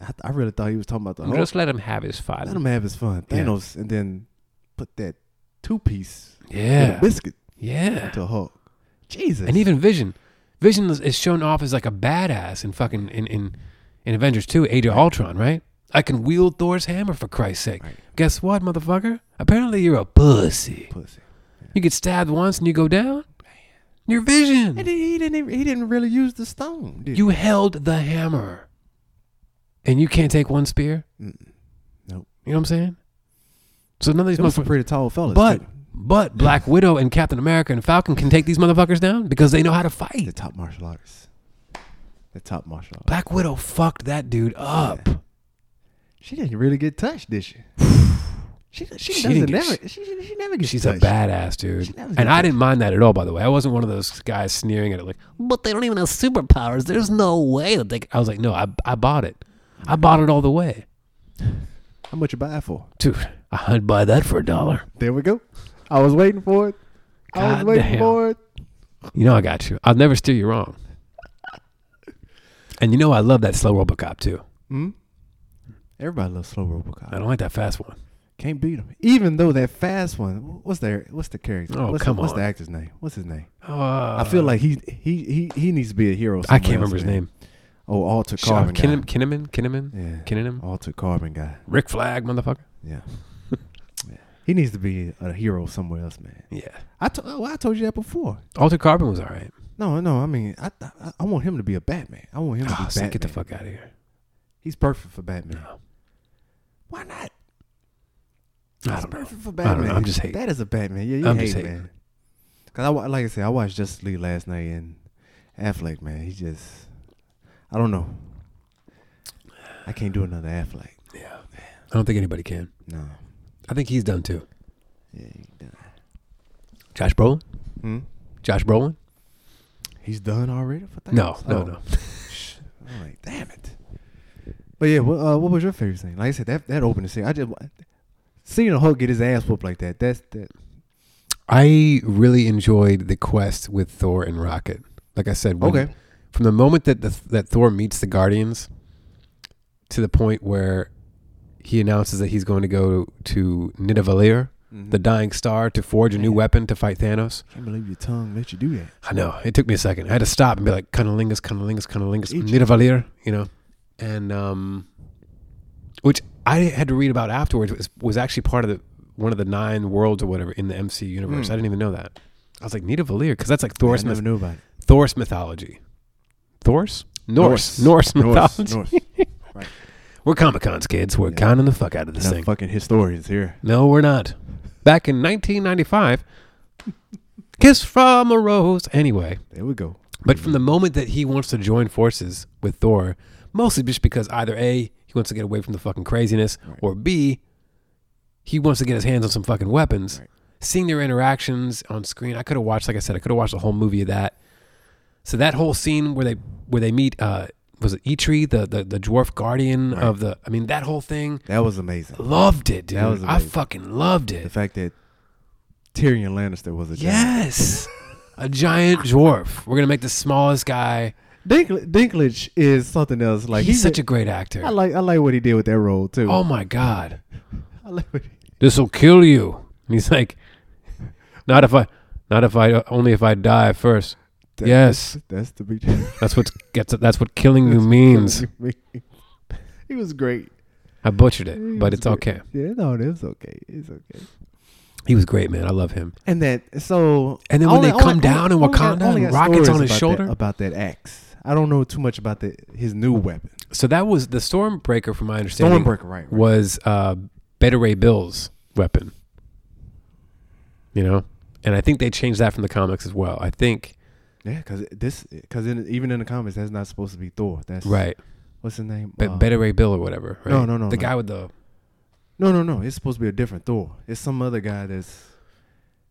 I, I really thought he was talking about the Hulk.
let him have his fun.
let him have his fun.
Yeah.
Thanos, and then put that two piece with
yeah,
a biscuit
yeah.
to Hulk. Jesus,
And even Vision, Vision is- is shown off as like a badass in fucking in in, in Avengers Two, Age of Ultron, right? I can wield Thor's hammer for Christ's sake. Guess what, motherfucker? Apparently you're a pussy.
pussy.
You get stabbed once and you go down. Your Vision.
And he, he didn't. even- He didn't really use the stone. Did
You held the hammer, and you can't take one spear.
Nope.
You know what I'm saying? So none of these
Those some
motherfuckers.
pretty tall fellas.
But
too.
but Black Widow and Captain America and Falcon can take these motherfuckers down because they know how to
the
fight.
top martial artists, the top martial artists.
Black Widow fucked that dude up.
She didn't really get touched,
*sighs*
did she? she she,
She
doesn't
didn't get-
never. She, she, she never gets.
She's
touched.
a badass dude,
She never
and
gets
I didn't mind that at all. By the way, I wasn't one of those guys sneering at it like, "But they don't even have superpowers. There's no way that they." c-" I was like, "No, I I bought it. I bought it all the way,
How much you buy it for?
dude. I'd buy that for a dollar.
There we go. I was waiting for it. I was
God
waiting
damn.
for it.
You know I got you. I'll never steer you wrong. And you know I love that slow RoboCop too.
Everybody loves slow RoboCop.
I don't like that fast one.
Can't beat him. Even though that fast one, what's their what's the character?
Oh,
what's
come
the, What's
on.
the actor's name? What's his name?
Uh,
I feel like he he he he needs to be a hero.
I
somewhere
can't remember
else,
his
man.
name.
Oh, Alter Carbon
Kinnaman,
guy.
Kinnaman, Kinnaman,
yeah, Oh.
Kinnaman,
Alter Carbon guy.
Rick Flag, motherfucker. *laughs*
Yeah. Yeah. He needs to be a hero somewhere else, man.
Yeah,
I, to- well, I told you that before.
Alter Carbon was all right.
No, no, I mean, I, I I want him to be a Batman. I want him to be
Oh, so
Batman.
get the fuck out of here.
He's perfect for Batman.
No.
Why not?
I
It's
don't know.
perfect for
I don't know.
Batman.
I'm just hating.
That is a Batman. Yeah, you
I'm
hate
just hating.
man. Cause I wa- like I said, I watched Justice League last night and Affleck, man, he just I don't know. I can't do another Affleck.
I don't think anybody can.
No.
I think he's done too.
Yeah, he done.
Josh Brolin.
Hmm?
Josh Brolin.
He's done already for that?
No, no, no.
*laughs* I'm like, damn it. But yeah, what, uh, what was your favorite thing? Like I said, that that opening scene, I just wa- seeing a Hulk get his ass whooped like that. That's that.
I really enjoyed the quest with Thor and Rocket. Like I said, when-
Okay.
from the moment that the, that Thor meets the Guardians to the point where he announces that he's going to go to Nidavellir, the dying star, to forge a new weapon to fight Thanos.
Can't believe your tongue let you do that.
I know. It took me a second. I had to stop and be like, Cunnilingus, Cunnilingus, Cunnilingus,
Egypt.
Nidavellir, you know? And, um, which I had to read about afterwards was, was actually part of the, one of the nine worlds or whatever in the MCU universe. I didn't even know that. I was like, Nidavellir, because that's like Thor's,
I never
myth-
knew about it.
Thor's mythology. Thor's? Norse. Norse, mythology.
Norse. Right.
We're Comic Cons, kids. We're counting the fuck out of this
Not
thing.
fucking historians here.
No, we're not. Back in 1995, *laughs* Kiss from a Rose. Anyway.
There we go.
But from the moment that he wants to join forces with Thor, mostly just because either A, he wants to get away from the fucking craziness, or B, he wants to get his hands on some fucking weapons. Seeing their interactions on screen, I could have watched, like I said, I could have watched a whole movie of that. So that whole scene where they where they meet uh was it Eitri, the the, the dwarf guardian of the I mean that whole thing.
That was amazing.
Loved it, dude.
That was
I
amazing.
fucking loved
The
it.
fact that Tyrion Lannister was a
Yes. a giant dwarf. We're gonna make the smallest guy.
Dinklage, Dinklage is something else. Like
He's
he-
such a great actor.
I like I like what he did with that role too.
Oh my God.
*laughs* I like what he,
This will kill you. And he's like, not if I, not if I, only if I die first.
that-
yes.
that's the big.
That's
*laughs*
what gets, that's what killing you means.
he was great,
I butchered it,
He
but
was
it's
great.
okay.
Yeah, no, it's okay. It's okay.
He was great, man. I love him.
And that so
And then when
only-
they come
only-
down in
only got-
Wakanda
only
and
got
rockets
stories
on his
about
shoulder?
that, about that axe. I don't know too much about the, his new weapon.
So that was the Stormbreaker, from my understanding.
Stormbreaker, right, right.
Was uh, Better Ray Bill's weapon. You know? And I think they changed that from the comics as well. I think
Yeah, because this, because in, even in the comics, that's not supposed to be Thor. That's
Right.
What's his name?
But
Uh,
Better Ray Bill or whatever. Right?
No, no, no,
The
no.
guy with the
No, no, no. It's supposed to be a different Thor. It's some other guy that's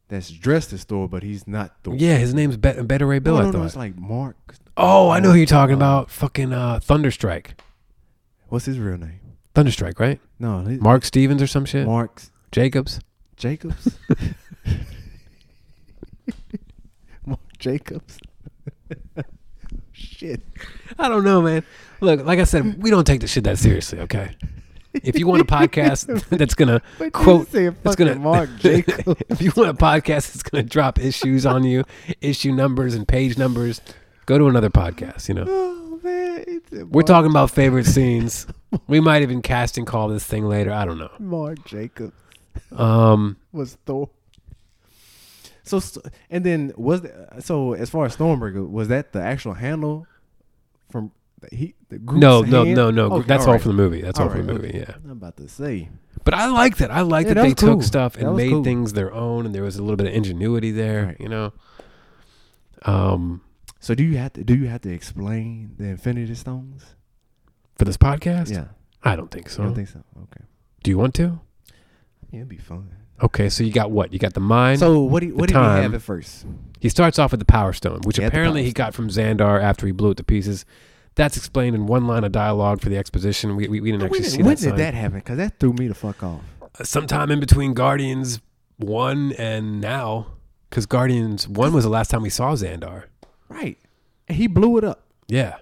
that's dressed as Thor, but he's not Thor.
yeah, his name's Be- Better Ray Bill.
no,
I
no,
thought.
no. It's like Mark.
oh, I know who you're talking about. Fucking uh, Thunderstrike.
What's his real name?
Thunderstrike, right?
No, he-
Mark Stevens or some shit.
Mark
Jacobs. *laughs*
Jacobs. Mark Jacobs. *laughs* Shit.
I don't know, man. Look, like I said, we don't take this shit that seriously. Okay. If you want a
*laughs*
podcast *laughs* that's gonna
But you
quote,
say
that's gonna
fucking Mark Jacobs.
*laughs* if you want a podcast that's gonna drop issues on you, issue numbers and page numbers, go to another podcast. You know.
Oh man, it's
We're talking about favorite scenes. We might even cast and call this thing later. I don't know.
Mark Jacobs
Um,
was Thor. So st- and then was the, so as far as Stormbreaker was that the actual handle from the, he the group's
no, no,
hand?
no, no.
Okay,
That's all
alright.
from the movie. That's all, from the
Alright,
movie.
okay.
Yeah.
I'm about to say
But I like that. I like
Yeah,
that
that
they
was
took
cool.
stuff
That
and
was
made
cool.
things their own, and there was a little bit of ingenuity there.
Right.
You know. Um,
So do you have to do you have to explain the Infinity Stones?
for this podcast,
Yeah,
I don't think so.
I don't think so. Okay,
Do you want to?
yeah, it'd be fun.
Okay, so you got what? You got the mind.
So what do you, what did
time.
he have at first?
He starts off with the power stone, which
He had the
apparently
power
he got from Xandar after he blew it to pieces. That's explained in one line of dialogue for the exposition. We, we, we didn't
When,
actually
did-
see
when
that.
did
sign. Uh,
that happen? Because that threw me the fuck off.
sometime in between Guardians one and now, because Guardians one was the last time we saw Xandar.
Right, and he blew it up.
Yeah,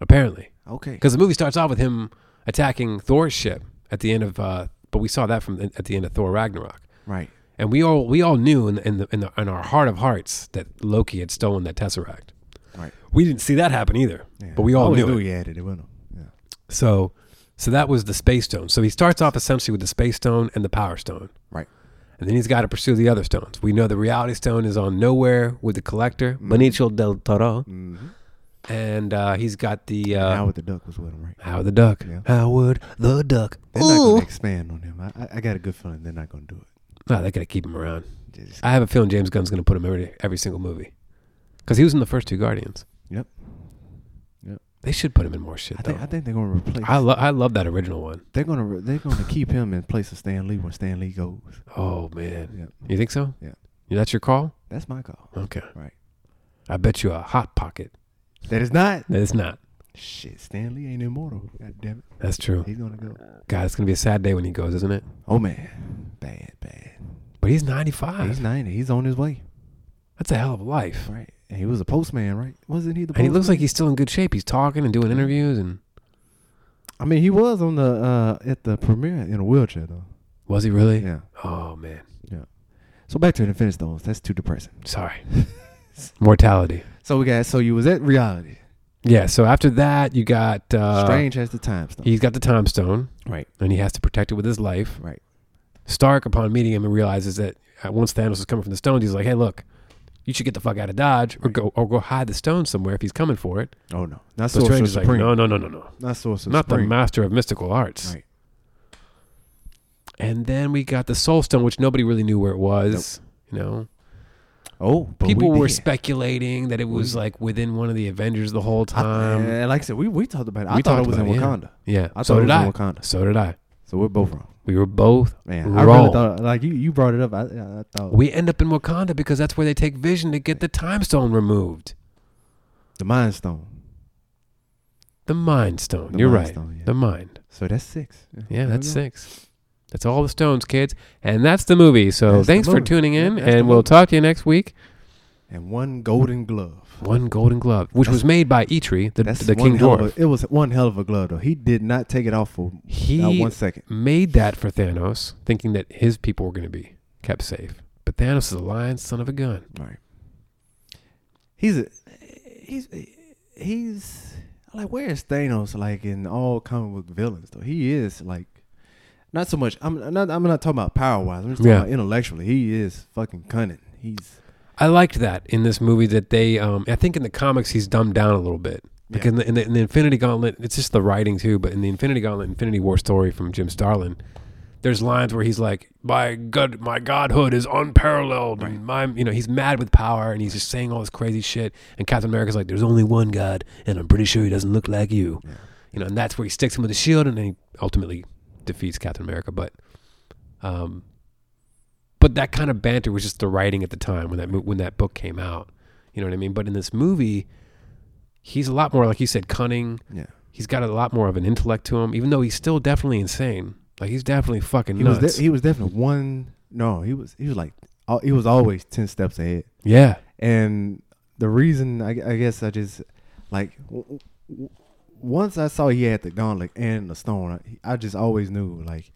apparently,
Okay,
because the movie starts off with him attacking Thor's ship at the end of, uh, but we saw that from the, at the end of Thor Ragnarok,
right.
and we all we all knew in in, the, in, the, in our heart of hearts that Loki had stolen that Tesseract.
Right.
We didn't see that happen either,
Yeah.
but we all
Always
knew, it.
he added it, wasn't it? Yeah.
So, so that was the Space Stone. So he starts off essentially with the Space Stone and the Power Stone.
Right.
And then he's got to pursue the other stones. We know the reality stone is on nowhere with the collector,
Mm-hmm.
Benicio del Toro. And uh, he's got the uh,
Howard the Duck was with him, right?
Howard the Duck.
Yeah.
Howard the Duck.
They're not gonna expand on him. I, I, I got a good feeling they're not gonna do it.
No, they got to keep him around.
Just-
I have a feeling James Gunn's going to put him every, every single movie. Because he was in the first two Guardians.
yep.
They should put him in more shit,
I
though.
think I think they're gonna replace.
I, lo- I love that original one.
they're gonna re- they're gonna keep him in place of Stan Lee when Stan Lee goes.
Oh, man.
Yep.
You think so?
Yeah.
That's your call?
That's my call.
Okay.
Right.
I bet you a Hot Pocket
That is not.
that it's not.
Shit, Stan Lee ain't immortal. God damn it.
That's true.
He's gonna go.
God, it's going to be a sad day when he goes, isn't it?
Oh man, bad, bad.
But he's 95.
He's ninety. He's on his way.
That's a hell of a life.
Right. And he was a postman, right? Wasn't he
And
the? Postman?
he looks like he's still in good shape. He's talking and doing interviews and
I mean, he was on the uh at the premiere in a wheelchair though.
was he really?
Yeah.
Oh man.
So back to the Infinity Stones. That's too depressing. *laughs*
Sorry. Mortality.
So we got. So you was at reality.
Yeah, so after that you got uh
Strange has the time stone.
he's got the time stone
right.
and he has to protect it with his life.
Right.
Stark upon meeting him and realizes that uh, once Thanos is coming from the stones, he's like, "Hey, look, you should get the fuck out of Dodge or go or go hide the stone somewhere if he's coming for it."
Oh no. Not
So
Sorcerer
Strange is like,
Supreme.
"No, no, no, no, no.
Not Sorcerer
Not the
Supreme.
master of mystical arts."
Right.
And then we got the Soul Stone, which nobody really knew where it was. You know,
Oh, but
people
we
were
did.
speculating that it was like within one of the Avengers the whole
I-
time.
and like I said, we, we talked about it. I
we
thought
talked
it was in
about it, yeah. yeah,
Wakanda. I
so
thought it
did
was
I.
in Wakanda.
So did I.
So we're both wrong.
We were both
Man, I
wrong.
really thought like you, you brought it up. I, I thought
we end up in Wakanda because that's where they take Vision to get the Time Stone removed,
the Mind Stone.
the Mind Stone.
The
You're
Mind
right,
Stone, yeah.
the Mind.
So that's six.
Yeah,
There
that's
we go.
six. That's all the stones, kids, and that's the movie. So
That's the
thanks for
movie.
tuning
Yeah,
in,
that's the
and we'll
movie.
talk to you next week.
And one Golden Glove.
One Golden Glove, which was made by Eitri, the,
That's
the
one
King
hell of
Dwarf.
a- it was one hell of a glove though. He did not take it off for
He
not one second.
made that for Thanos, thinking that his people were going to be kept safe. But Thanos is a lion, son of a gun.
Right. He's a he's he's like where is Thanos like in all comic book villains though? He is like not so much. I'm not. I'm not talking about power wise. I'm just talking
Yeah.
about intellectually. He is fucking cunning. He's
I liked that in this movie that they. Um, I think in the comics he's dumbed down a little bit. Like
Yeah.
in, the, in, the, in the Infinity Gauntlet, it's just the writing too. But in the Infinity Gauntlet, Infinity War story from Jim Starlin, there's lines where he's like, "My god, my godhood is unparalleled," and my, you know, he's mad with power, and he's just saying all this crazy shit. And Captain America's like, "There's only one God, and I'm pretty sure he doesn't look like you," you know, and that's where he sticks him with the shield, and then he ultimately defeats Captain America. But, um, but that kind of banter was just the writing at the time when that mo- when that book came out, you know what I mean? But in this movie, he's a lot more, like you said, cunning
Yeah.
he's got a lot more of an intellect to him, even though he's still definitely insane. Like he's definitely fucking
He
nuts.
was de- he was definitely one. No, he was he was like al- he was always ten steps ahead.
yeah,
And the reason I, I guess I just like w- w- w- once I saw he had the gauntlet and the stone, I, I just always knew like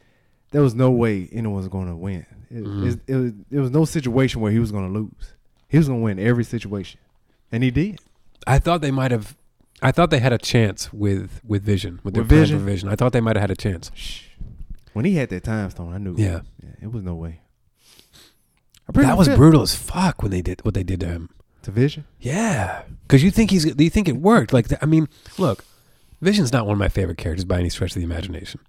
there was no way anyone was going to win. It,
Mm-hmm.
it's- it was there was no situation where he was going to lose. He was going to win every situation, and he did.
I thought they might have. I thought they had a chance with with Vision with their
With
plan
Vision?
for Vision. I thought they might have had a chance.
When he had that time stone, I knew.
Yeah.
it was no way. I pretty
That
much
was
felt-
brutal as fuck when they did what they did to him.
To vision.
Yeah, because you think he's. You think it worked? Like I mean, look, Vision's not one of my favorite characters by any stretch of the imagination,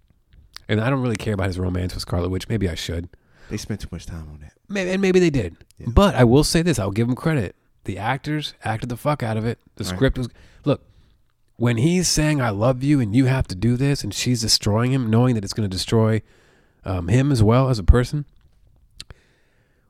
and I don't really care about his romance with Scarlet Witch. Maybe I should.
They spent too much time on that.
Maybe, and maybe they did.
Yeah.
But I will say this: I'll give them credit. The actors acted the fuck out of it. The
Right.
script was look. When he's saying "I love you" and you have to do this, and she's destroying him, knowing that it's going to destroy um, him as well as a person.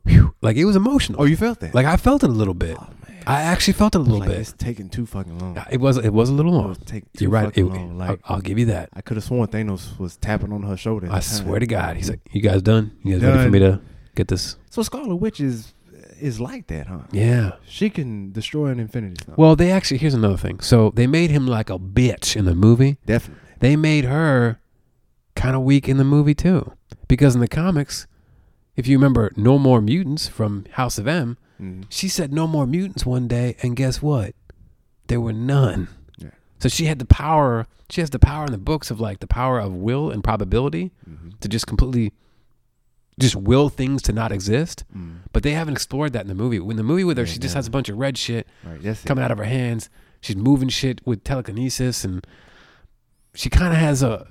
Whew, like it was emotional.
Oh, you felt that?
like I felt it a little bit. I actually felt it a little
Like,
bit.
it's taking too fucking long.
Uh, It was it was a little long.
was take too
You're right.
fucking
It-
long,
I-
like-
I'll give you that.
I could have sworn Thanos was tapping on her shoulder. at
I
the time.
swear to God, he's like, "You guys done? You guys ready for
Done.
me to get this?"
So Scarlet Witch is is like that, huh?
Yeah.
She can destroy an Infinity Stone.
Well, they actually here's another thing. So they made him like a bitch in the movie.
definitely.
They made her kind of weak in the movie too, because in the comics, if you remember, no more mutants from House of M.
Mhm.
She said no more mutants one day, and guess what? There were none.
Yeah.
So she had the power. She has the power in the books of like the power of will and probability to just completely just will things to not exist. But they haven't explored that in the movie. When the movie with her, she just has a bunch of red shit
Right. That's
coming out of her hands. She's moving shit with telekinesis, and she kind of has a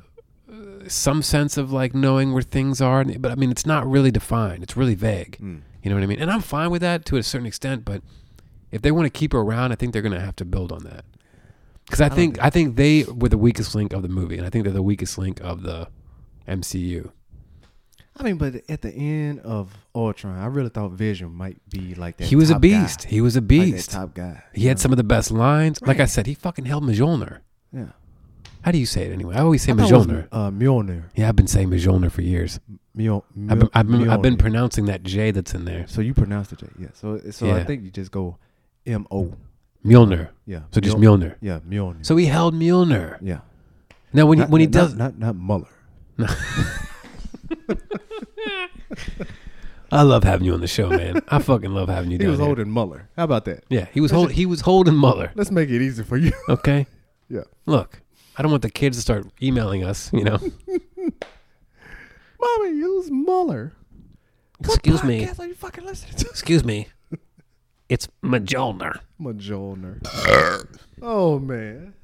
uh, some sense of like knowing where things are. and- But I mean, it's not really defined. It's really vague.
Hmm.
You know what I mean? And I'm fine with that to a certain extent. But if they want to keep her around, I think they're going to have to build on that. Because I, think I think they were the weakest link of the movie, and I think they're the weakest link of the MCU.
I mean, but at the end of Ultron, I really thought Vision might be like that.
he was a
top guy.
beast. He was a
Like that
beast.
top guy.
he had some of the best lines. Like I said, he fucking held Mjolnir.
Yeah.
How do you say it anyway? I always say
I thought it was,
Mjolnir.
Uh, Mjolnir.
Yeah, I've been saying Mjolnir for years.
Mjol-
I've been, I've been, I've been
Mjolnir.
pronouncing that J that's in there.
so you pronounced it, Jay. yeah. So so I
Yeah.
think you just go M O.
Mjolnir.
Yeah.
So just
Mjol-
Mjolnir.
Yeah, Mjolnir.
So he held Mjolnir.
yeah.
Now when he,
Not-
when he
not-
does
not not Muller.
I love having you on the show, man. I fucking love having you
*laughs* He
down
was
here.
holding Muller. How about that?
Yeah, he was hold, he was holding Muller.
Let's make it easy for you.
*laughs* Okay?
yeah.
Look, I don't want the kids to start emailing us, you
*laughs*
know.
Mommy, it was Muller.
Excuse me.
Podcast are you fucking listening to? *laughs*
Excuse me. It's Mjolnir.
I'm a Joel nerd. oh man.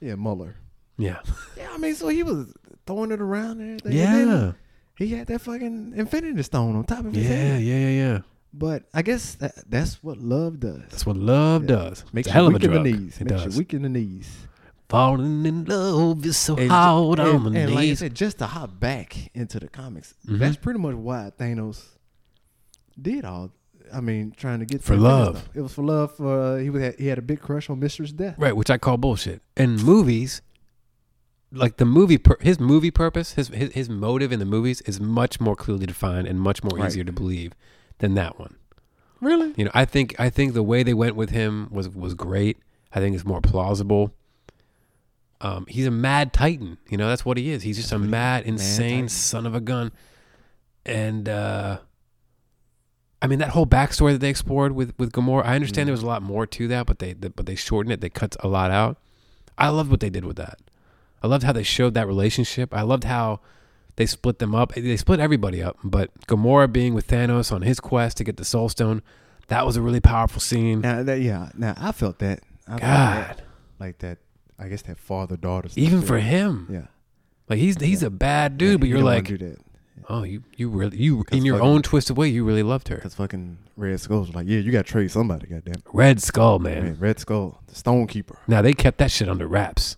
Yeah, Muller.
Yeah.
Yeah, I mean, so he was throwing it around and everything. and
Yeah.
then he had that fucking Infinity Stone on top of his
Yeah, yeah,
head.
yeah, yeah.
But I guess that, that's what love does.
That's what love does.
Makes
it's a
you
hell of a
weak in
drug.
the knees.
It
Makes
does.
you weak in the knees.
Falling in love is so
And-
hard
and,
on the
and like I
knees. Mm-hmm.
said, just to hop back into the comics, that's pretty much why Thanos did all. I mean, trying to get
For
the Infinity
love.
Stone. It was for love. For uh, he was he had a big crush on Mistress Death.
Right, which I call bullshit. And movies, like the movie, pur- his movie purpose, his, his his motive in the movies is much more clearly defined and much more
Right.
easier to believe than that one.
Really?
You know, I think I think the way they went with him was was great. I think it's more plausible. Um, he's a mad titan. You know, that's what he is. He's just a mad, insane
titan.
son of a gun. And uh, I mean, that whole backstory that they explored with with Gamora. I understand
Mm-hmm.
there was a lot more to that, but they but they shortened it. They cut a lot out. I loved what they did with that. I loved how they showed that relationship. I loved how they split them up. They split everybody up, but Gamora being with Thanos on his quest to get the Soul Stone, that was a really powerful scene.
Now that yeah, now I felt that. I felt that.
God.
like that. I guess that father daughter.
Even for him,
Yeah.
like he's he's a bad dude, but
You
you're
don't wanna
like,
do that.
Oh, you you really you in your
fucking-
own twisted way, you really loved her.
Because fucking Red Skull's like, yeah, you got to trade somebody, goddamn.
Red Skull, man.
Man, Red Skull, the Stone Keeper.
Now they kept that shit under wraps.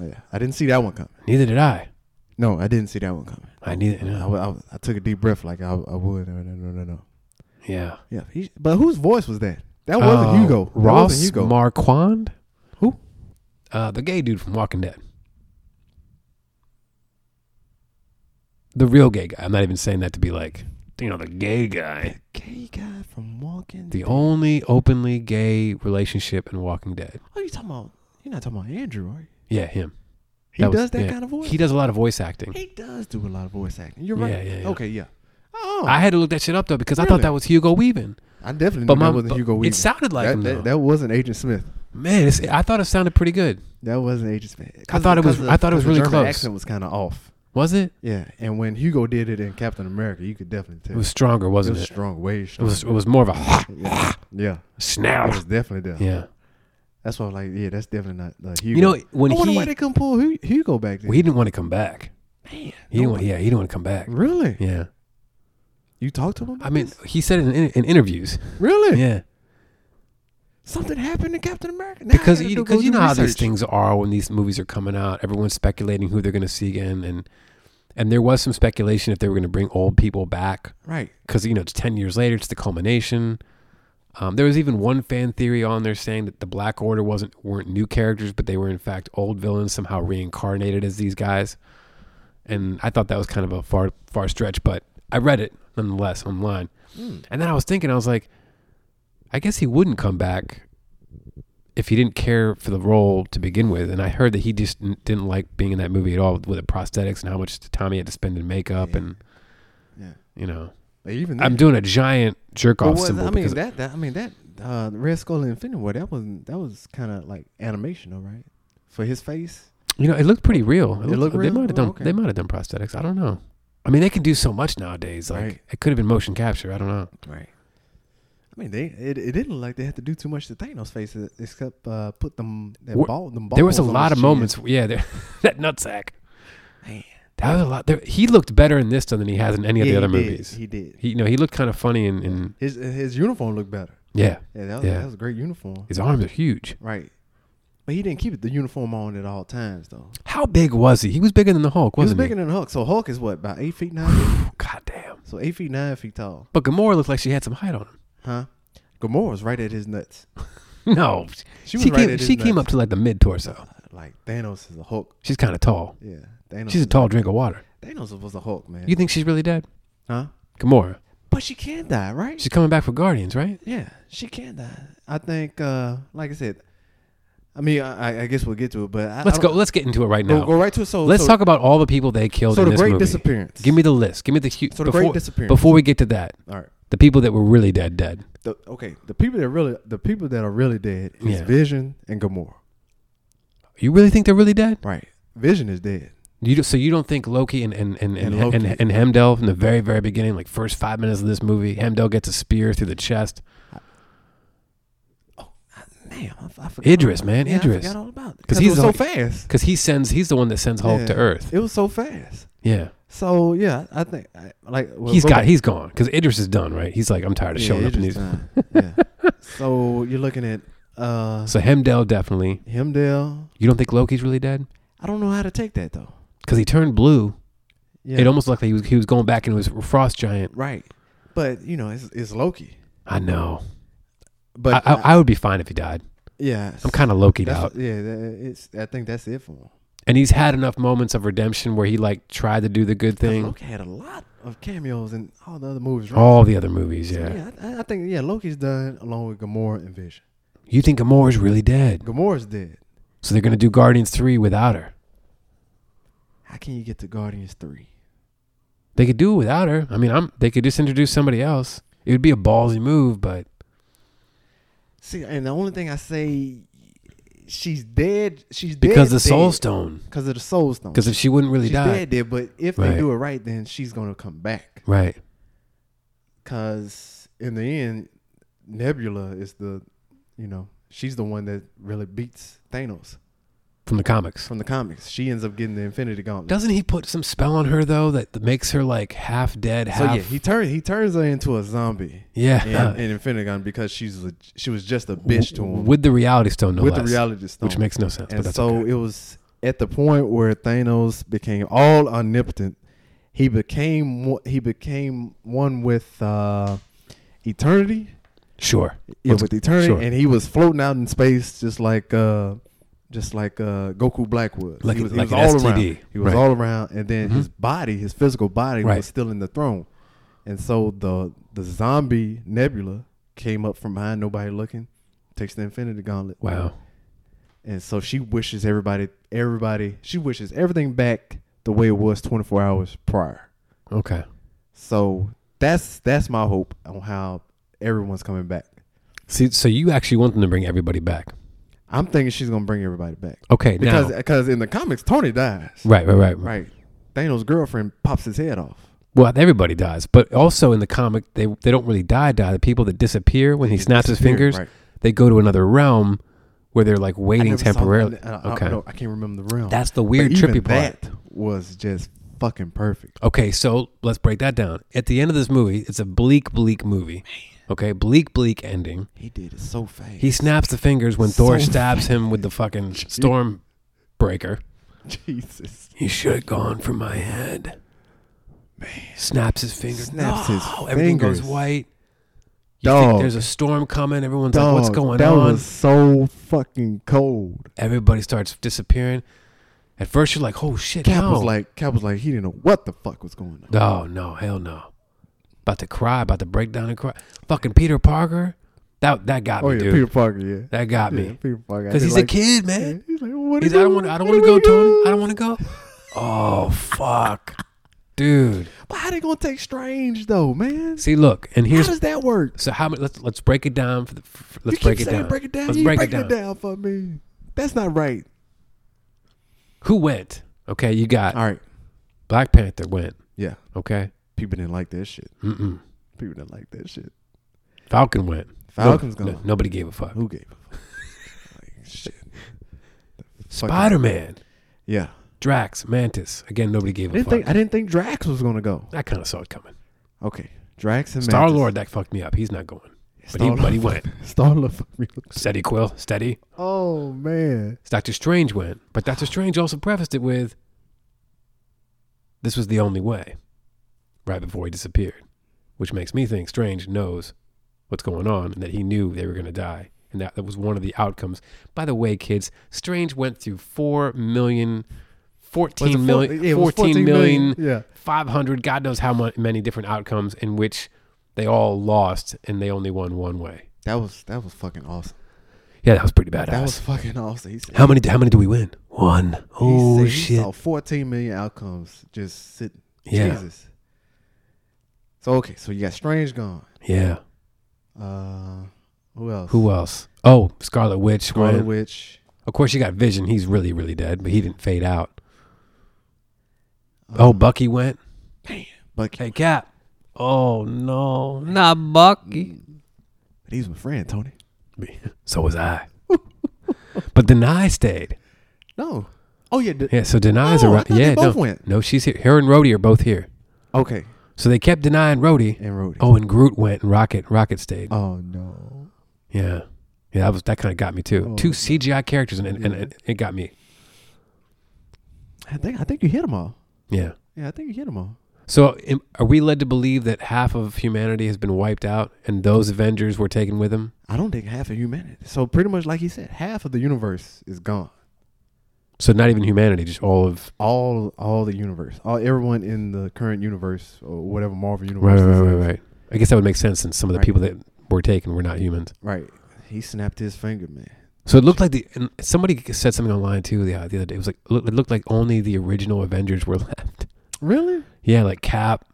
Yeah, I didn't see that one coming.
Neither did I.
No, I didn't see that one coming.
I neither.
I,
No.
wa- I, wa- I took a deep breath, like I, I would. No, no, no, no, no.
Yeah.
Yeah, he, but whose voice was that? That wasn't
Uh,
Oh, Hugo. That
Ross
wasn't Hugo.
Marquand,
Who?
uh, the gay dude from Walking Dead. The real gay guy. I'm not even saying that to be like, you know, the gay guy.
Gay guy from Walking.
The only openly gay relationship in Walking Dead.
What are Oh, you talking about? You're not talking about Andrew, are you?
Yeah, him.
He
was-
does that
yeah.
kind of voice.
He does a lot of voice acting.
He does do a lot of voice acting. You're
Yeah,
right.
yeah, yeah.
Okay, yeah. Oh,
I had to look that shit up though because I thought
Really?
that was Hugo Weaving.
I definitely
But
knew that
my-
wasn't
but
Hugo
it
Weaving.
sounded like
that,
him, though.
That, that wasn't Agent Smith.
Man, it's, I thought it sounded pretty good.
That wasn't Agent Smith.
I thought it was-
Because
I thought it was
because the
really
German
close.
Accent was kind of off.
Was it?
Yeah, and when Hugo did it in Captain America, you could definitely tell.
It was stronger,
It
wasn't
was
it?
strong, way
It
strong.
was. It was more of a *laughs*
yeah, yeah, it
snap.
was definitely there.
Yeah.
That's why, I'm like, yeah, that's definitely not uh, Hugo.
You know when
I wonder
he
why they couldn't pull Hu- Hugo back then.
well, he didn't want to come back.
Man,
He didn't want. Yeah, he didn't want to come back.
really?
Yeah.
You talked to him?
I
about
mean,
this?
he said it in, in
*laughs*
interviews.
really?
Yeah.
Something happened to Captain America Now I
Because
gotta
you,
do- go
because you
do
know how these
research.
things are when these movies are coming out. Everyone's speculating who they're going to see again, and and there was some speculation if they were going to bring old people back
right?
because you know it's ten years later. It's the culmination. Um, there was even one fan theory on there saying that the Black Order wasn't weren't new characters, but they were in fact old villains somehow reincarnated as these guys. And I thought that was kind of a far far stretch, but I read it nonetheless online. And then I was thinking, I was like, I guess he wouldn't come back if he didn't care for the role to begin with. And I heard that he just n- didn't like being in that movie at all with the prosthetics and how much time he had to spend in makeup and
Yeah.
you know.
Like, even
I'm
then.
doing a giant jerk
But
off
was-
symbol.
I mean
because-
that, that. I mean that. Uh, Red Skull and Infinity War. That wasn't. That was kind of like animation, though, right? For his face.
you know, it looked pretty real. It,
It
looked,
looked
They
real?
might have done.
Oh, okay.
They might have done prosthetics. I don't know. I mean, they can do so much nowadays. Like
Right.
it could have been motion capture. I don't know.
Right. I mean, they it, it didn't look like they had to do too much to Thanos' face e- except uh, put them that
Wha-
ball. Them
there was a
balls on
lot
his
of
chin.
moments. Yeah, there, *laughs* that nutsack.
Man.
That was a lot. There, he looked better in this than he has in any
Yeah,
of the other
he did.
movies.
He did.
He, you know, he looked kind of funny and, and
His his uniform looked better.
yeah,
Yeah, that was,
Yeah.
That was a great uniform.
his arms are huge.
right. But he didn't keep the uniform on at all times though.
How big was he? He was bigger than the Hulk,
He was
wasn't he?
bigger than Hulk. So Hulk is what about eight feet nine. feet?
God damn.
so eight feet nine feet tall.
But Gamora looked like she had some height on him. *laughs*
Huh? Gamora's right at his nuts.
No, she,
She was right
came,
at his
she came
nuts.
up to like the mid torso.
Like Thanos is a Hulk.
She's kind of tall.
Yeah. Thanos.
She's a tall drink of water.
Thanos was a Hulk man.
You think she's really dead?
huh?
Gamora.
But she can die, right?
She's coming back for Guardians, right?
Yeah, she can die. I think, uh, like I said, I mean, I, I- I guess we'll get to it, but I,
Let's
I
go.
don't-
Let's get into it right
go,
now.
go right to it. So
Let's
so-
talk about all the people they killed
So
in
the
this
Great
movie.
Disappearance.
Give me the list. Give me the huge.
So the Great Disappearance.
Before we get to that,
All right.
the people that were really dead, dead.
The, okay, the people that really, the people that are really dead is
Yeah.
Vision and Gamora.
You really think they're really dead?
Right. Vision is dead.
You do, so you don't think Loki and and and and,
And
and,
Loki.
and, Hemdell from the very very beginning, like first five minutes of this movie, Hemdell gets a spear through the chest.
Damn, I, I forgot.
Idris, man,
yeah,
Idris.
I forgot all about it
'Cause
because
he's
he's so
like-
fast.
Because he sends, he's the one that sends Hulk
Yeah.
to Earth.
It was so fast.
Yeah,
So yeah, I think I, like well,
he's
go
got,
back-
he's gone. Because Idris is done, right? He's like, I'm tired of
Yeah,
showing up in these. *laughs*
Idris time. yeah. So you're looking at uh,
So Hemdell definitely.
Hemdale.
You don't think Loki's really dead?
I don't know how to take that though.
Because he turned blue.
Yeah.
It almost looked like he was he was going back into his frost giant.
Right. But you know, it's, it's Loki.
I know. I,
But
I, I would be fine if he died.
yeah,
I'm kind of Loki'd
that's,
out.
yeah. That, it's I think that's it for him.
And he's had enough moments of redemption where he like tried to do the good
'Cause
thing.
Loki had a lot of cameos in all the other movies. Right?
All the other movies,
So,
yeah.
yeah. I, I think yeah, Loki's done along with Gamora and Vision.
You think Gamora's really dead.
Gamora's dead.
So they're going to do Guardians 3 without her.
How can you get to Guardians three?
They could do it without her. I mean, I'm they could just introduce somebody else. It would be a ballsy move, but
See, and the only thing I say, she's dead. She's dead
because the Soul
dead.
Stone,
Because of the Soul Stone.
because if she wouldn't really
she's
die,
dead, dead. But if
Right.
they do it right, then she's gonna come back.
right?
Cause in the end, Nebula is the, you know, she's the one that really beats Thanos.
from the comics.
from the comics. She ends up getting the Infinity Gauntlet.
Doesn't he put some spell on her though that makes her like half dead,
so
half
Oh, yeah, he turns he turns her into a zombie.
Yeah.
in, in Infinity Gauntlet because she's a, she was just a bitch to him
with the reality stone? No
with
less,
the reality stone,
which makes no sense. but
And
that's
so
okay.
it was at the point where Thanos became all omnipotent. He became mo- he became one with uh, eternity.
sure.
Yeah,
Let's-
with eternity,
sure.
and he was floating out in space just like uh, just like uh, Goku Blackwood.
Like-
he was,
like
he
an
was all
STD,
around. He was
right. Mm-hmm.
all around, and then his body, his physical body,
Right.
was still in the throne. And so the the zombie Nebula came up from behind, nobody looking, takes the Infinity Gauntlet.
Wow.
And so she wishes everybody, everybody, she wishes everything back the way it was 24 hours prior.
Okay.
So that's that's my hope on how everyone's coming back.
See, so you actually want them to bring everybody back?
I'm thinking she's gonna bring everybody back
Okay.
because
now,
because in the comics Tony dies,
right, right, right,
right? Thanos' girlfriend pops his head off.
Well, everybody dies, but also in the comic, they they don't really die. Die the people that disappear when he
They
snaps his
disappear,
fingers.
right.
They go to another realm where they're like
I
waiting
never saw that. uh,
temporarily.
I, I,
okay.
I, don't- I can't remember the realm.
That's the
But
weird,
even
trippy part.
That was just fucking perfect.
Okay, so let's break that down. At the end of this movie, it's a bleak, bleak movie. Okay, bleak, bleak ending.
He did it so fast.
He snaps the fingers when
So
Thor stabs him with the fucking storm breaker.
*laughs* Jesus
You should have gone for my head. Man. Snaps his fingers.
Snaps
no,
his
Everything goes
fingers.
white. You think
dog.
there's a storm coming. Everyone's
dog,
like, what's going
that
on?
was so fucking cold.
Everybody starts disappearing. At first, you're like, oh shit.
Cap
no.
was like, Cap was like, he didn't know what the fuck was going on.
No, no, hell no. About to cry, about to break down and cry. Fucking Peter Parker. That that got
Oh
me,
yeah,
dude.
Peter Parker, yeah,
that got
yeah,
me.
Peter Parker. I
Because
did
he's a
like-
kid,
Yeah,
man.
he's like, what
He's,
do
I
you
don't want. I don't
what
want to
do
go,
you
Tony. I don't want to go. Oh fuck, dude.
But how they gonna take Strange though, man?
See, look, and
How
here's
does that work?
so how. mu- Let's let's break it down. For the, for, let's
you
break
keep
it
saying
down.
break it down.
Let's
you
break it
breaking
down.
it down for me. That's not right.
Who went? Okay, you got
All right.
Black Panther went.
Yeah.
Okay,
People didn't like that shit.
Mm-mm.
People didn't like that shit.
Falcon went.
Falcon's
No,
gone.
nobody gave a fuck.
Who gave a fuck? Like, shit.
Spider Man,
Yeah.
Drax, Mantis. Again, nobody gave
I
a
didn't
fuck.
think I didn't think Drax was gonna go.
I kind of saw it coming.
Okay. Drax and
Star Lord, that fucked me up. He's not going. But he,
Star-Lord.
but he
*laughs*
went.
Star Lord.
Steady, Quill. Steady.
Oh man.
Doctor Strange went. But Doctor Strange also prefaced it with this was the only way right before he disappeared, which makes me think Strange knows what's going on and that he knew they were going to die. And that, that was one of the outcomes. By the way, kids, Strange went through 4 million, 14 million,
yeah, it was
14 million,
Yeah.
500, God knows how mu- many different outcomes in which they all lost and they only won one way.
That was that was fucking awesome.
Yeah, that was pretty badass.
That was fucking awesome. He said,
How many? How many do we win? One. Oh
he said he
shit!
saw 14 million outcomes just sitting.
Yeah.
Jesus. So okay, so you got Strange gone.
Yeah.
Uh, who else?
Who else? Oh, Scarlet Witch.
Scarlet
went.
Witch.
Of course, you got Vision. He's really, really dead, but he didn't fade out.
Um,
oh, Bucky went.
Bucky.
Hey, Cap. Oh no, not Bucky.
But he's my friend, Tony.
So was I. *laughs* but Denai stayed.
No. Oh yeah. the-
Yeah. So Denai's
Oh, I
around.
thought they
yeah.
both
no.
went.
No, she's here. Her and Rhodey are both here.
Okay.
So they kept denying Rhodey.
And Rhodey.
Oh, and Groot went, and Rocket. Rocket stayed.
Oh no.
Yeah. Yeah, that was that kind of got me too.
Oh,
Two CGI characters and, and, and it, it got me.
I think I think you hit them all.
Yeah.
Yeah, I think you hit them all.
So am, are we led to believe that half of humanity has been wiped out and those Avengers were taken with him?
I don't think half of humanity. So pretty much like he said, half of the universe is gone.
So not even humanity, just all of
All all the universe. All everyone in the current universe or whatever Marvel
right,
universe
right,
is
right,
in.
right, right. I guess that would make sense since some of the
Right.
people that were taken were not humans.
Right. He snapped his finger, man.
So it looked like the and somebody said something online too the, the other day. It was like look- it looked like only the original Avengers were *laughs* left.
Really?
Yeah, like Cap,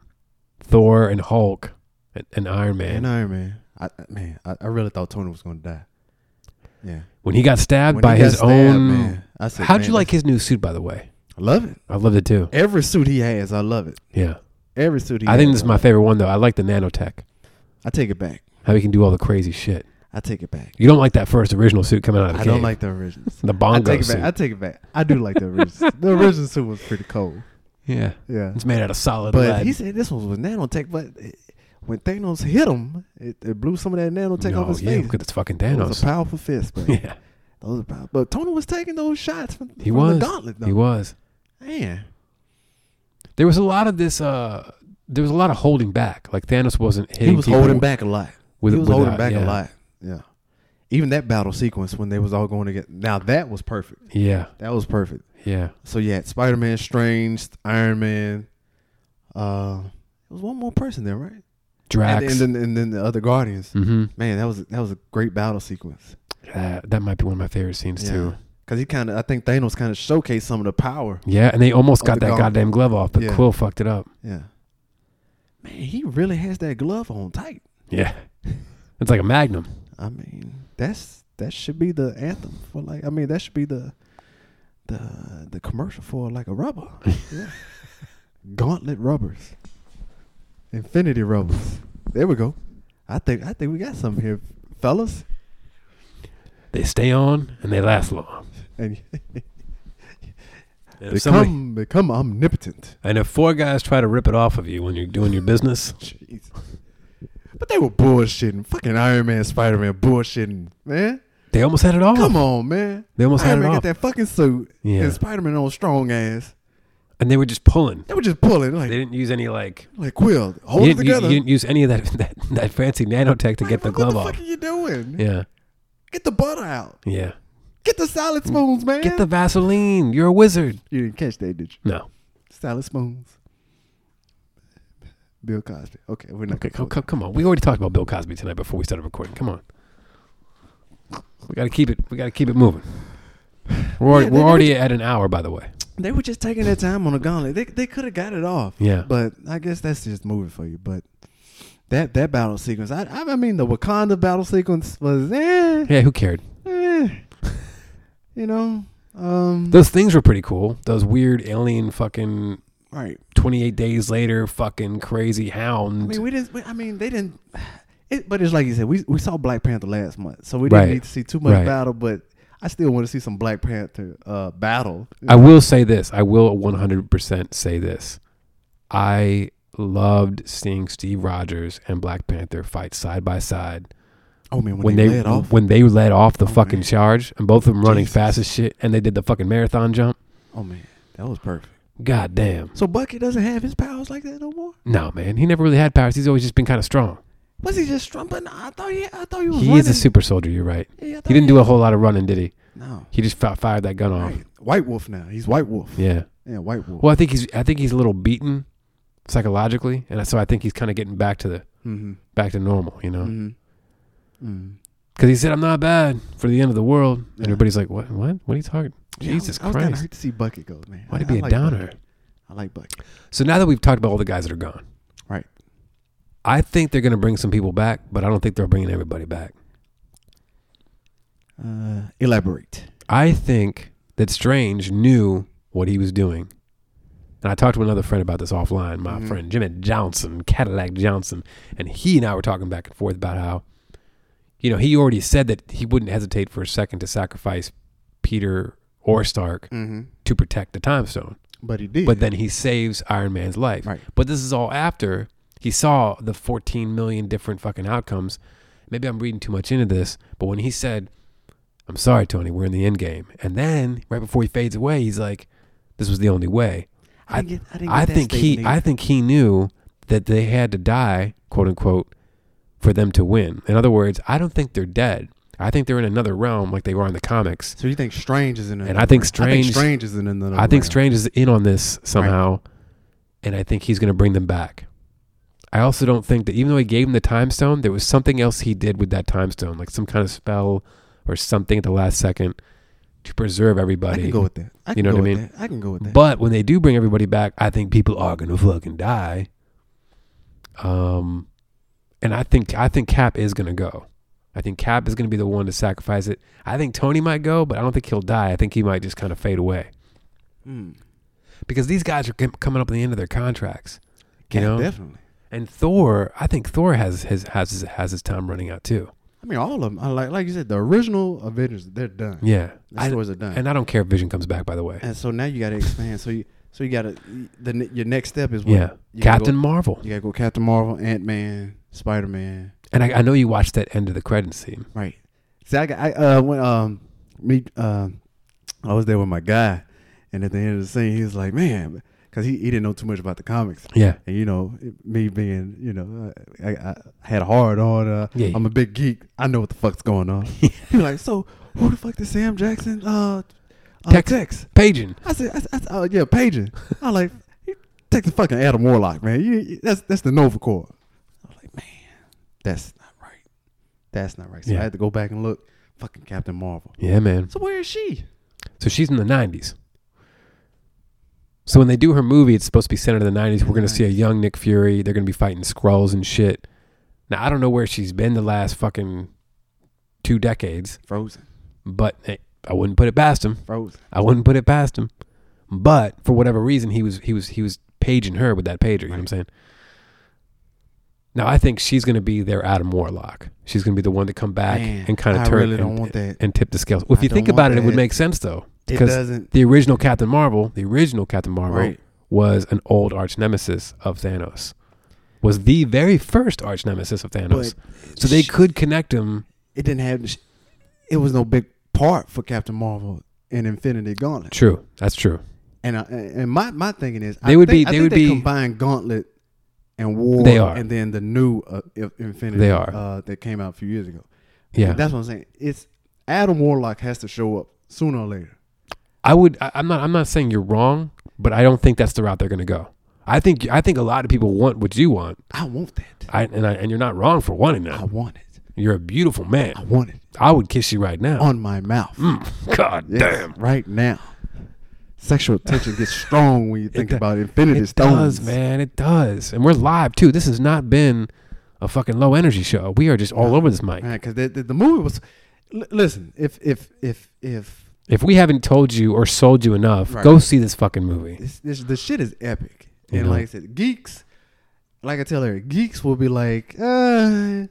Thor, and Hulk, and, and Iron Man.
And uh, Iron Man. I I- man, I, I really thought Tony was gonna die. Yeah.
when he got stabbed
When
by
he got
his
stabbed,
own.
man, I said,
How'd
man,
you like
that's-
his new suit, by the way?
I love it.
I loved it too.
Every suit he has, I love it.
Yeah.
Every suit he
I
has.
think this is
I
my
love
favorite one though. I like the nanotech.
it. I take it back.
How he can do all the crazy shit.
I take it back.
You don't like that first original suit coming out of the
I don't
cave.
like the originals.
the *laughs*
I
bongo
take it
suit.
back. I take it back. I do like the
*laughs*
original. the original suit was pretty cool.
yeah.
Yeah,
It's made out of solid
but
lead.
he said this one was nanotech. But it, when Thanos hit him, it, it blew some of that nanotech
no,
off his
yeah,
face.
because it's fucking
It was
Thanos.
a powerful fist,
*laughs*
but
Yeah,
those are powerful. But Tony was taking those shots from,
he
from
was.
the gauntlet. Though.
He was.
Man,
There was a lot of this. Uh, there was a lot of holding back. Like Thanos wasn't hitting.
he was
people
holding back a lot.
With,
he was
with,
holding
uh,
back
yeah.
a lot. Yeah. Even that battle sequence when they was all going together. Now that was perfect.
Yeah,
That was perfect.
yeah.
So yeah, Spider Man, Strange, Iron Man. Uh, there was one more person there, right? And,
Drax.
and, then, and then the other Guardians.
mm-hmm.
Man, that was that was a great battle sequence.
That, that might be one of my favorite scenes too.
Cause he kind of, I think Thanos kind of showcased some of the power.
Yeah, and they almost
Of
got
the
that
gauntlet.
goddamn glove off, but
Yeah.
Quill fucked it up.
Yeah. Man, he really has that glove on tight.
Yeah, it's like a magnum.
I mean, that's that should be the anthem for like. I mean, that should be the the the commercial for like
*laughs*
a rubber. Yeah. Gauntlet rubbers, infinity rubbers. There we go. I think I think we got something here, fellas.
They stay on and they last long.
And *laughs*
And if, somebody-
become become omnipotent.
and if four guys try to rip it off of you when you're doing your business,
Jeez. But they were bullshitting. Fucking Iron Man, Spider Man, bullshitting. Man,
they almost had it off.
come on, man.
They almost had
Iron
it
Man
off.
got that fucking suit.
Yeah.
And Spider Man on strong ass.
And they were just pulling.
They were just pulling like
They didn't use any like
Like Quill, hold
you
it
didn't, you-
together.
you didn't use any of that *laughs* that, that fancy nanotech to get the
Like,
glove
What the
off.
fuck are you doing?
Yeah,
Get the butter out.
yeah.
Get the salad spoons, man.
Mm. Get the Vaseline. You're a wizard.
You didn't catch that, did you?
No.
Salad spoons. Bill Cosby. Okay, we're not.
Okay,
Okay,
come, come, come on. We already talked about Bill Cosby tonight before we started recording. Come on. We gotta keep it. We gotta keep it moving. We're already,
Yeah, they-
we're
they
already at an hour, by the way.
They were just taking their time on the gauntlet. They they could have got it off.
Yeah.
But I guess that's just moving for you. But that that battle sequence, I I I mean the Wakanda battle sequence was eh,
Yeah, who cared?
eh. you know um
Those things were pretty cool. Those weird alien fucking
right.
28 days later fucking crazy hound.
I mean, we didn't. We, I mean, they didn't. *sighs* It, but it's like you said, we we saw Black Panther last month, so we didn't
Right.
need to see too much
Right.
battle. But I still want to see some Black Panther uh, battle.
I will say this. I will 100% say this. I loved seeing Steve Rogers and Black Panther fight side by side
oh man, when,
when
they,
they,
led off. Oh,
when they led off the fucking
man.
charge and both of them running
Jesus.
fast as shit and they did the fucking marathon jump.
oh man, that was perfect.
God damn.
So Bucky doesn't have his powers like that no more.
No, man. He never really had powers. He's always just been kind of strong.
Was he just strumping? I thought he. I thought he was.
He
running.
is a super soldier, you're right.
Yeah, I thought
He didn't do a whole lot of running, did he?
No.
He just fi- fired that gun off.
Right. White Wolf now. He's White Wolf. Yeah,
Yeah.
White Wolf.
Well, I think he's I think he's a little beaten psychologically, and so I think he's kind of getting back to the
Mm-hmm.
back to normal, you know.
Mm-hmm. Mm-hmm.
Because he said, "I'm not bad for the end of the world." And
Yeah.
everybody's like, "What? What? What are you talking? Jesus
I was, I was kind of
Christ!
hurt to see Bucky go, man.
Why'd
I-
it be
I
a
like
downer?"
Bucky. I like Bucky.
So now that we've talked about all the guys that are gone,
Right.
I think they're going to bring some people back, but I don't think they're bringing everybody back.
Uh, elaborate.
I think that Strange knew what he was doing. And I talked to another friend about this offline, my
Mhm.
friend Jimmy Johnson, Cadillac Johnson, and he and I were talking back and forth about how, you know, he already said that he wouldn't hesitate for a second to sacrifice Peter or Stark
Mm-hmm.
to protect the time stone.
But he did.
But then he saves Iron Man's life.
Right.
But this is all after he saw the 14 million different fucking outcomes. Maybe I'm reading too much into this, but when he said, I'm sorry, Tony, we're in the end game. And then right before he fades away, he's like, this was the only way.
I didn't get- I didn't
I
get that
think he
statement
I
either.
think he knew that they had to die, quote unquote, for them to win. In other words, I don't think they're dead. I think they're in another realm like they were in the comics.
so you think Strange is in another?
And I think
realm. I
Strange-
think Strange is in another.
I think
realm.
Strange is in on this somehow, and I think he's going to bring them back. I also don't think that even though he gave him the time stone, there was something else he did with that time stone, like some kind of spell or something at the last second to preserve
I
everybody.
can go with that. I
You
can
know
go
what I
with
mean?
That. I can go with that.
But when they do bring everybody back, I think people are going to fucking die. Um, and I think I think Cap is going to go. I think Cap is going to be the one to sacrifice it. I think Tony might go, but I don't think he'll die. I think he might just kind of fade away
Mm.
because these guys are com- coming up at the end of their contracts. You
Yeah,
know,
definitely.
and Thor, I think Thor has his has his, has his time running out too.
I mean, all of them. I like, like you said, the original Avengers, they're done.
Yeah,
The stories are done.
And I don't care if Vision comes back. By the way,
And so now you got to expand. so you, so you got to the ne- your next step is what?
yeah,
You gotta
Captain
go-
Marvel.
You got to go Captain Marvel, Ant Man, Spider Man.
And I, I know you watched that end of the credits scene.
Right. See, I, got, I uh when um me um I was there with my guy, and at the end of the scene, he was like, "Man," because he, he didn't know too much about the comics.
Yeah.
And you know, it- me being you know, I, I, I had a hard on. Uh,
Yeah.
I'm a big geek. I know what the fuck's
*laughs*
going on. he was like, "So who the fuck did Sam Jackson uh, uh
Text-
text?"
Paging.
I said, I said, I said oh,
*laughs*
yeah, Paging. I was like, you take the fucking Adam Warlock, man. You, you- that's that's the Nova Corps. I was like, man, that's not right. That's not right. So
Yeah.
I had to go back and look. Fucking Captain Marvel.
Yeah, man.
So where is she?
So she's in the 90s. So when they do her movie, it's supposed to be centered in the 90s. We're going to see a young Nick Fury. They're going to be fighting Skrulls and shit. Now, I don't know where she's been the last fucking two decades,
Frozen.
but hey, I wouldn't put it past him.
Frozen.
I wouldn't put it past him. But for whatever reason, he was he was he was paging her with that pager. You know what I'm saying? Now I think she's going to be their Adam Warlock. She's going to be the one to come back
Man,
and kind
I
of turn
really don't
and,
want that.
and tip the scales. Well, if
I
you think
don't
about
want
it, it would
that.
make sense though,
It
because
doesn't.
the original Captain Marvel, the original Captain Marvel,
Right.
was an old arch nemesis of Thanos. Was the very first arch nemesis of Thanos. so they
sh-
could connect him.
It didn't have. sh- It was no big part for Captain Marvel in Infinity Gauntlet.
True, that's true.
And I, and my, my thinking is,
They
I
would be-
think, I
they
think
would
they
be-
combine Gauntlet and War.
They are.
and then the new uh, I- Infinity.
They are.
uh, that came out a few years ago.
Yeah,
That's what I'm saying. It's Adam Warlock has to show up sooner or later.
I would. I, I'm not. I'm not saying you're wrong, but I don't think that's the route they're going to go. I think. I think a lot of people want what you want.
I want that.
I and I, and you're not wrong for wanting
I
that.
want it.
You're a beautiful
I
man.
want it
I would kiss you right now.
on my mouth.
*laughs* God
Yes,
damn.
Right now. Sexual tension gets strong when you think
do-
about Infinity
It
Stones.
does, man. It does. And we're live too. This has not been a fucking low energy show. We are just all over this mic.
because the, the, the movie was. L- listen, if if if if
If we haven't told you or sold you enough,
Right.
go see this fucking movie.
this, this the shit is epic,
You
and
know.
like I said, geeks, like I tell her, geeks will be like, uh,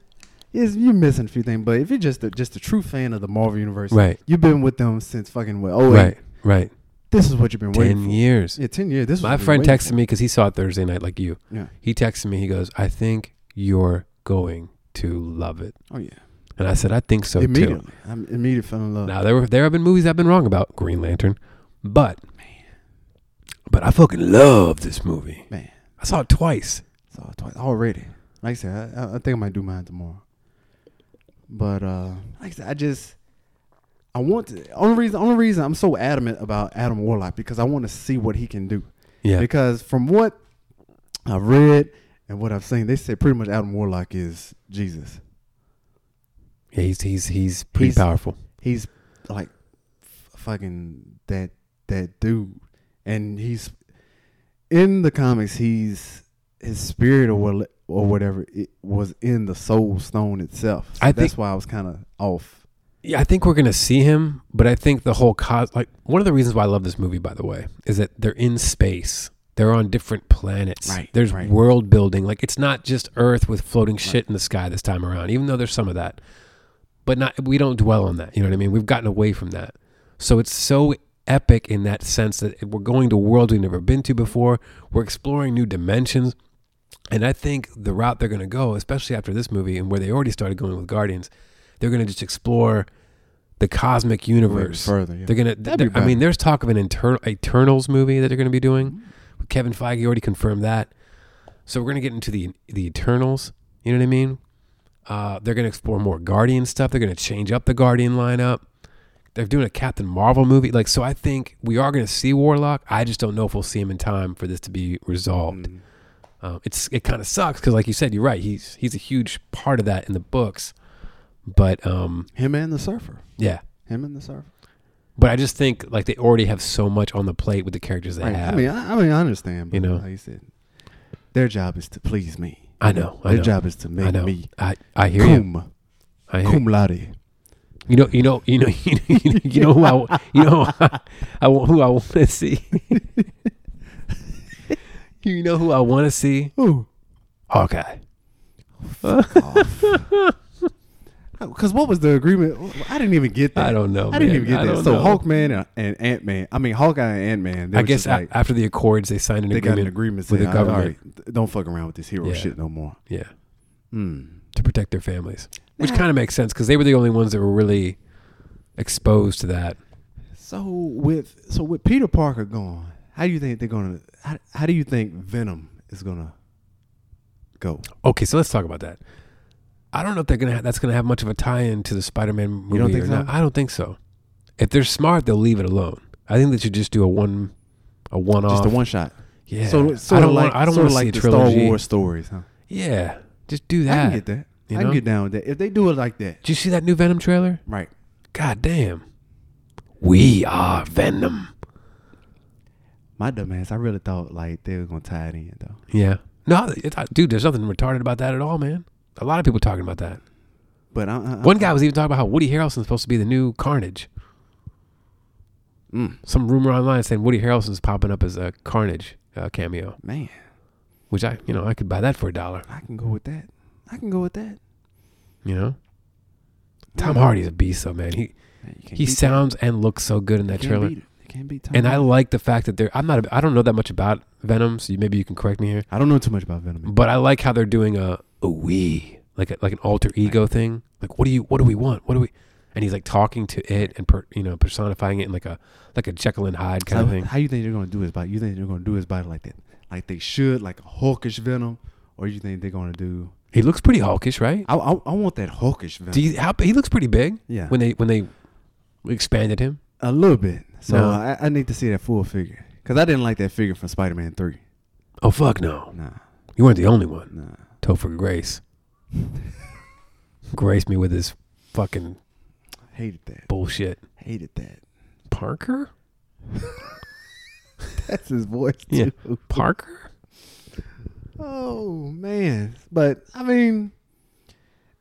is you're missing a few things, but if you're just a, just a true fan of the Marvel universe,
Right.
You've been with them since fucking what? Oh,
Right.
right.
Right.
This is what you've been waiting
Ten
for.
years.
Yeah, ten years. This is
My
what you've
friend
been
texted me because he saw it Thursday night, like you.
waiting for.
He texted me. He goes, "I think you're going to love it,"
Yeah. Oh yeah.
and I said, "I think so too."
immediately, I'm immediately fell in love.
Now there were there have been movies I've been wrong about Green Lantern, but but I fucking love this movie.
Man,
I saw it twice.
saw it twice already. Like I said, I, I- I think I might do mine tomorrow. But uh, like I said, I just I want to. Only reason, only reason I'm so adamant about Adam Warlock because I want to see what he can do.
Yeah,
Because from what I've read and what I've seen, they say pretty much Adam Warlock is Jesus.
yeah he's he's he's pretty
He's-
powerful.
He's like f- fucking that that dude, and he's in the comics. He's his spirit or what or whatever it was in the Soul Stone itself. So
I
that's
think-
why I was kind of off.
Yeah, I think we're gonna see him, but I think the whole cos like one of the reasons why I love this movie, by the way, is that they're in space. They're on different planets.
Right,
There's
right.
world building. Like it's not just Earth with floating shit in the sky this time around, even though there's some of that. But not we don't dwell on that. You know what I mean? We've gotten away from that. So it's so epic in that sense that we're going to worlds we've never been to before. We're exploring new dimensions. And I think the route they're going to go, especially after this movie and where they already started going with Guardians, they're going to just explore the cosmic universe
further, yeah.
They're going to.
be
I
better.
mean, there's talk of an internal Eternals movie that they're going to be doing.
Mm-hmm.
Kevin Feige already confirmed that. So we're going to get into the the Eternals. You know what I mean? Uh, they're going to explore more Guardian stuff. They're going to change up the Guardian lineup. They're doing a Captain Marvel movie. Like, so I think we are going to see Warlock. I just don't know if we'll see him in time for this to be resolved.
Mm.
Um, it's it kind of sucks because, like you said, you're right. He's he's a huge part of that in the books, but um,
Him and the Surfer.
yeah.
Him and the Surfer.
But I just think like they already have so much on the plate with the characters they
Right.
have.
I mean, I, I mean, I understand. But
You know.
like you said, their job is to please me.
I know. I
Their
know.
job is to make
I know.
me
I, I hear you.
cum,
I hear you.
cum laude.
You know. You know. *laughs* You know. You know. You know, you know who I. wa- You know who I, I wa- who I want to see. *laughs* you know who I want to see?
Oh, Ooh.
Hawkeye.
off. because what was the agreement? I didn't even get that.
I don't know,
I didn't
man.
even get
I
that.
don't
So
know.
Hulkman and, and Ant Man. I mean Hawkeye and Ant Man.
I guess a-
like,
after the accords, they signed an
they got
agreement
an agreement
with
saying,
the
"All
government.
right, don't fuck around with this hero
Yeah.
shit no more.
Yeah.
Hmm.
To protect their families, which kind of makes sense because they were the only ones that were really exposed to that.
So with so with Peter Parker gone, how do you think they're gonna? How, how do you think Venom is gonna go?
Okay, so let's talk about that. I don't know if they're gonna ha- that's gonna have much of a tie-in to the Spider-Man movie.
don't think
or
so?
not. I don't think so. If they're smart, they'll leave it alone. I think they should just do a one, a one-off.
Just a one shot.
Yeah.
So
I
sort
don't
of like
want. I don't
sort
want
of
to
like
see a
the
trilogy.
Star Wars stories. Huh?
Yeah. Just do
I
that.
can get that.
you
I
know?
can get down with that if they do it like that.
Did you see that new Venom trailer?
Right.
God damn. We are Venom.
My dumb ass, I really thought like they were gonna tie it in though.
Yeah. No, it, I- dude, there's nothing retarded about that at all, man. A lot of people talking about that.
But I, I,
One guy was even talking about how Woody Harrelson's supposed to be the new Carnage.
Mm.
Some rumor online saying Woody Harrelson's popping up as a Carnage uh, cameo,
man,
which I, you know, I could buy that for a dollar.
I can go with that. I can go with that.
You know, Tom Hardy's a beast, though, man. He
Man, you can't
he
beat
sounds and looks so good in that
can't
trailer.
beat it. You can't beat Tom
And I
Hardy.
like the fact that they're. I'm not. A, I don't know that much about Venom, so you, maybe you can correct me here.
I don't know too much about Venom. man.
But I like how they're doing a, a we like a, like an alter ego thing. Like what do you what do we want? What do we? And he's like talking to it and per, you know personifying it in like a like a Jekyll and Hyde kind
So
of thing.
How you think they're gonna do his body? You think they're gonna do his body like that? Like they should, like a hawkish Venom, or you think they're gonna do?
He looks pretty hulkish, right?
I I, I want that hawkish Venom.
Do you, how, he looks pretty big.
Yeah.
When they when they expanded him,
a little bit. So
No.
I, I need to see that full figure because I didn't like that figure from Spider Man Three.
oh fuck no,
Nah,
you weren't the only one.
nah.
Topher
*laughs*
Grace, grace me with his fucking
Hated that.
bullshit.
Hated that. *laughs*
Parker,
That's his voice
Yeah.
*laughs* too.
Parker.
Oh man, but I mean,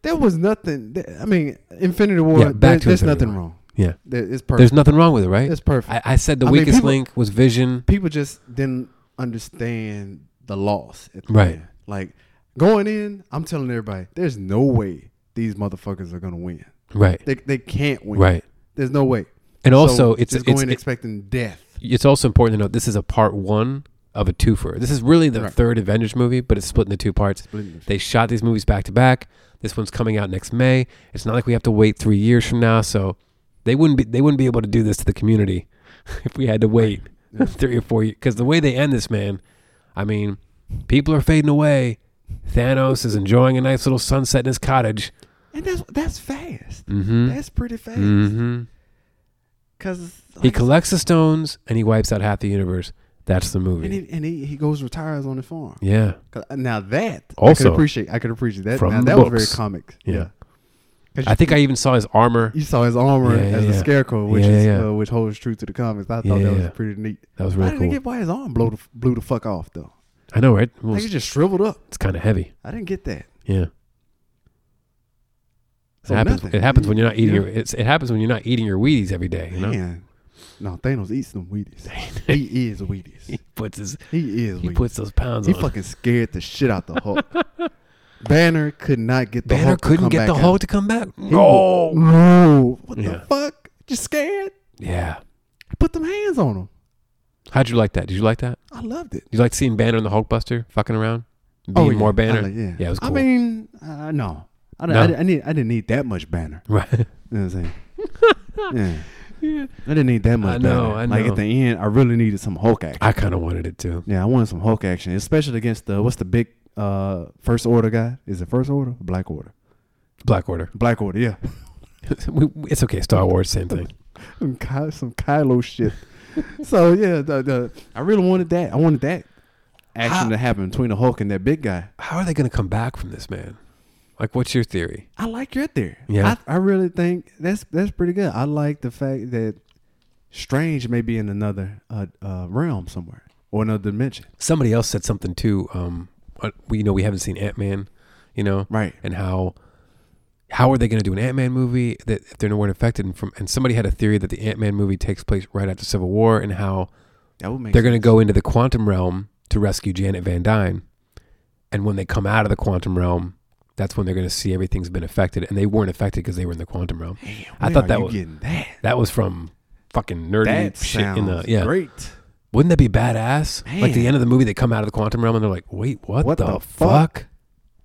there was nothing. th- I mean, Infinity War.
Yeah, back
there-
to
there's
Infinity
nothing
War.
wrong.
Yeah.
There- It's perfect.
There's nothing wrong with it, right?
It's perfect.
I, I said the
I mean,
weakest
people-
link was Vision.
People just didn't understand the loss. At the
Right.
end. Like going in, I'm telling everybody, there's no way these motherfuckers are gonna win.
Right.
They they can't win.
Right.
There's no way.
And
So,
also, it's
just
it's,
going in
it-
expecting death.
it's also important to note this is a part one of a twofer. This is really the
Right.
third Avengers movie, but it's split into two parts.
Split into two.
They shot these movies back to back. This one's coming out next May. It's not like we have to wait three years from now. So they wouldn't be they wouldn't be able to do this to the community *laughs* if we had to wait *laughs* three or four years. Because the way they end this, man, I mean, people are fading away. Thanos is enjoying a nice little sunset in his cottage.
And that's that's fast.
Mm-hmm.
That's pretty fast.
Mm-hmm.
Cause
He
like,
collects the stones and he wipes out half the universe. That's the movie.
and, he, and he, he goes retires on the farm.
yeah.
'Cause- uh, Now that I
Also-
could appreciate. I could appreciate that.
From
Now,
the
that was
books.
very comic.
Yeah.
'Cause
I think I even saw his armor.
you saw his armor
Yeah, yeah,
as a
yeah.
scarecrow, which
Yeah,
is
yeah.
Uh, which holds true to the comics. I thought
Yeah,
that was
yeah.
pretty neat.
That was
I
really
didn't
cool.
get why his arm blew the, blew the fuck off though.
I know, right? Well,
Like it
it's
just shriveled up.
kind of heavy.
I didn't get that.
Yeah.
So
it happens.
nothing.
It happens when you're not eating
Yeah.
your. It's, it happens when you're not eating your Wheaties every day. You know.
Man. No, Thanos eats them
*laughs*
Wheaties. he is Wheaties.
He puts his.
He is.
He
Wheaties.
puts those pounds
He
on.
fucking scared the shit out the
*laughs*
Hulk. Banner could not get the
Banner
Hulk. to
couldn't
come
get
back
the
out.
Hulk to come back.
He wa-
No.
no. What
Yeah.
the fuck? You scared?
Yeah.
Put them hands on him.
How'd you like that? Did you like that?
I loved it.
Did you like seeing Banner and the Hulkbuster fucking around, being
Oh, yeah.
more
I
Banner?
like- yeah.
Oh, Yeah, it was cool.
I mean, uh, no. I, didn't-
No?
I, didn't- I, need, I didn't need that much Banner.
*laughs* right.
You
*laughs*
know what I'm saying? yeah. I didn't need that much
I know,
Banner.
I
Like
know.
at the end, I really needed some Hulk action.
I kind of wanted it too.
yeah, I wanted some Hulk action, especially against the, what's the big uh, First Order guy? Is it First Order? Black Order.
Black Order. *laughs*
Black Order, yeah. *laughs*
We- we- it's okay. Star Wars, same thing.
some, Ky- some Kylo
*laughs*
shit. so yeah, the, the, I really wanted that. I wanted that action
How-
to happen between the Hulk and that big guy.
How are they going to come back from this, man? Like, what's your theory?
I like your theory.
Yeah.
I, I really think that's that's pretty good. I like the fact that Strange may be in another uh, uh, realm somewhere or another dimension.
somebody else said something too. Um, uh, we you know we haven't seen Ant Man, you know,
Right.
And how how are they going to do an Ant Man movie that if they're nowhere affected? And from and somebody had a theory that the Ant Man movie takes place right after Civil War, and how
That would make.
they're going to go into the quantum realm to rescue Janet Van Dyne, and when they come out of the quantum realm, that's when they're going to see everything's been affected, and they weren't affected because they were in the quantum realm. I
Where
thought
are
that
you
was
getting that.
that was from fucking nerdy
That
shit
sounds
in the yeah.
great.
Wouldn't that be badass? Like the
Man.
end of the movie, they come out of the quantum realm and they're like, "Wait, what,
What
the,
the
fuck?
fuck?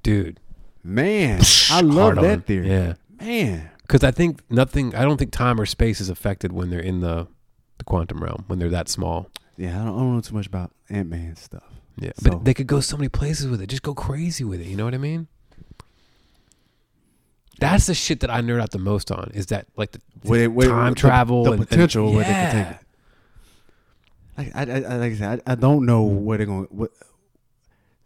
dude?"
Man, I love
hard on.
that theory.
Yeah,
Man,
because I think nothing. I don't think time or space is affected when they're in the the quantum realm when they're that small.
yeah, I don't, I don't know too much about Ant Man stuff.
Yeah,
So-
but they could go so many places with it. Just go crazy with it. You know what I mean? That's the shit that I nerd out the most on. Is that like the
Where they- where-
time
the-
travel,
the,
and, and-
potential where they can
yeah.
take it. Like I, I, I like I said, I, I don't know where they're going. What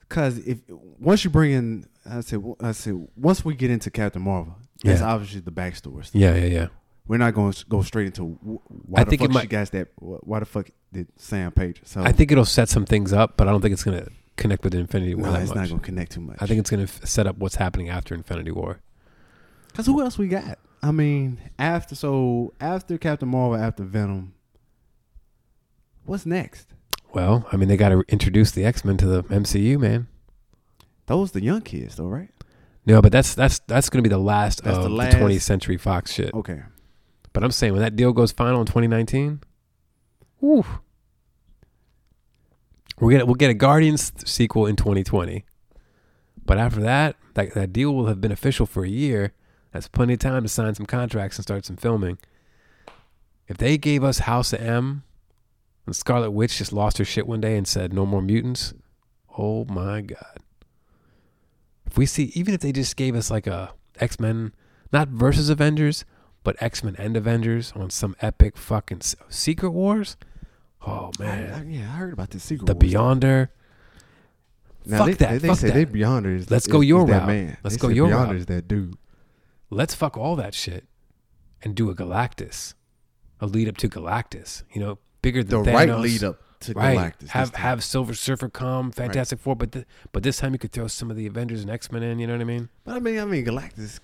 because if once you bring in, I say, I say, once we get into Captain Marvel, that's
Yeah.
obviously the backstory. Stuff.
Yeah, yeah, yeah.
We're not going to go straight into wh- why
I
the
think it
fuck
might-
she got that. wh- Why the fuck did Sam Page? So
I think it'll set some things up, but I don't think it's gonna connect with Infinity War
no,
that
it's not
much.
going to connect too much.
I think it's gonna f- set up what's happening after Infinity War.
Cause who else we got? I mean, after so after Captain Marvel, after Venom, what's next?
Well, I mean, they got to introduce the X Men to the MCU, man.
Those the young kids, though, right?
No, but that's that's that's gonna be the last
That's
of
the
the,
last-
20th Century Fox shit.
Okay,
But I'm saying when that deal goes final in 2019, woo, we're gonna we'll get a Guardians th- sequel in 2020. But after that, that that deal will have been official for a year. That's plenty of time to sign some contracts and start some filming. If they gave us House of M, and Scarlet Witch just lost her shit one day and said no more mutants, oh my god. If we see, even if they just gave us like a X Men, not versus Avengers, but X Men and Avengers on some epic fucking s- Secret Wars. Oh
I,
man,
yeah, I heard about this secret.
the
Wars.
Beyonder.
Now,
fuck
they,
that,
They, they
fuck
say
that.
they Beyonder is.
Let's
is-
go your
is that
route.
Man.
Let's
They
go
say
your
Beyonder
route.
is that dude.
Let's fuck all that shit, and do a Galactus, a lead up to Galactus. You know, bigger
The
than
right
Thanos.
lead up to
right.
Galactus. this
Have
time.
have Silver Surfer come, Fantastic Four, but th- but this time you could throw some of the Avengers and X Men in. You know what I mean?
but I mean, I mean, Galactus.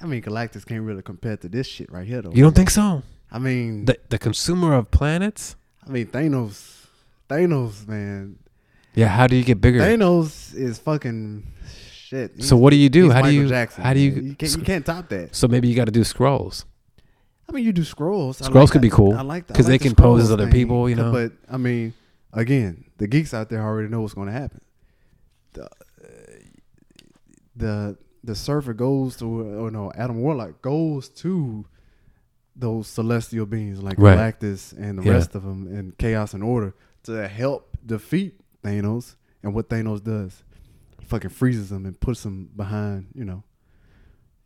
I mean, Galactus can't really compare to this shit right here, though.
You don't think so?
I mean,
The the consumer of planets.
I mean, Thanos. Thanos, man.
Yeah. How do you get bigger?
Thanos is fucking shit.
So what do you do?
he's
How do
Michael
you-
Jackson,
how do you-
man. can't, you can't top that.
So maybe you got to do scrolls.
I mean, you do scrolls. I
Scrolls could
that-
be cool,
I like
'cause
I like
they can
the
pose as
Skrulls
other
thing,
people, you know?
But I mean, again, the geeks out there already know what's going to happen. The, uh, the the surfer goes to or no Adam Warlock goes to those celestial beings like
Right.
Galactus and the
Yeah.
rest of them and Chaos and Order to help defeat Thanos and what Thanos does. He fucking freezes them and puts them behind, you know,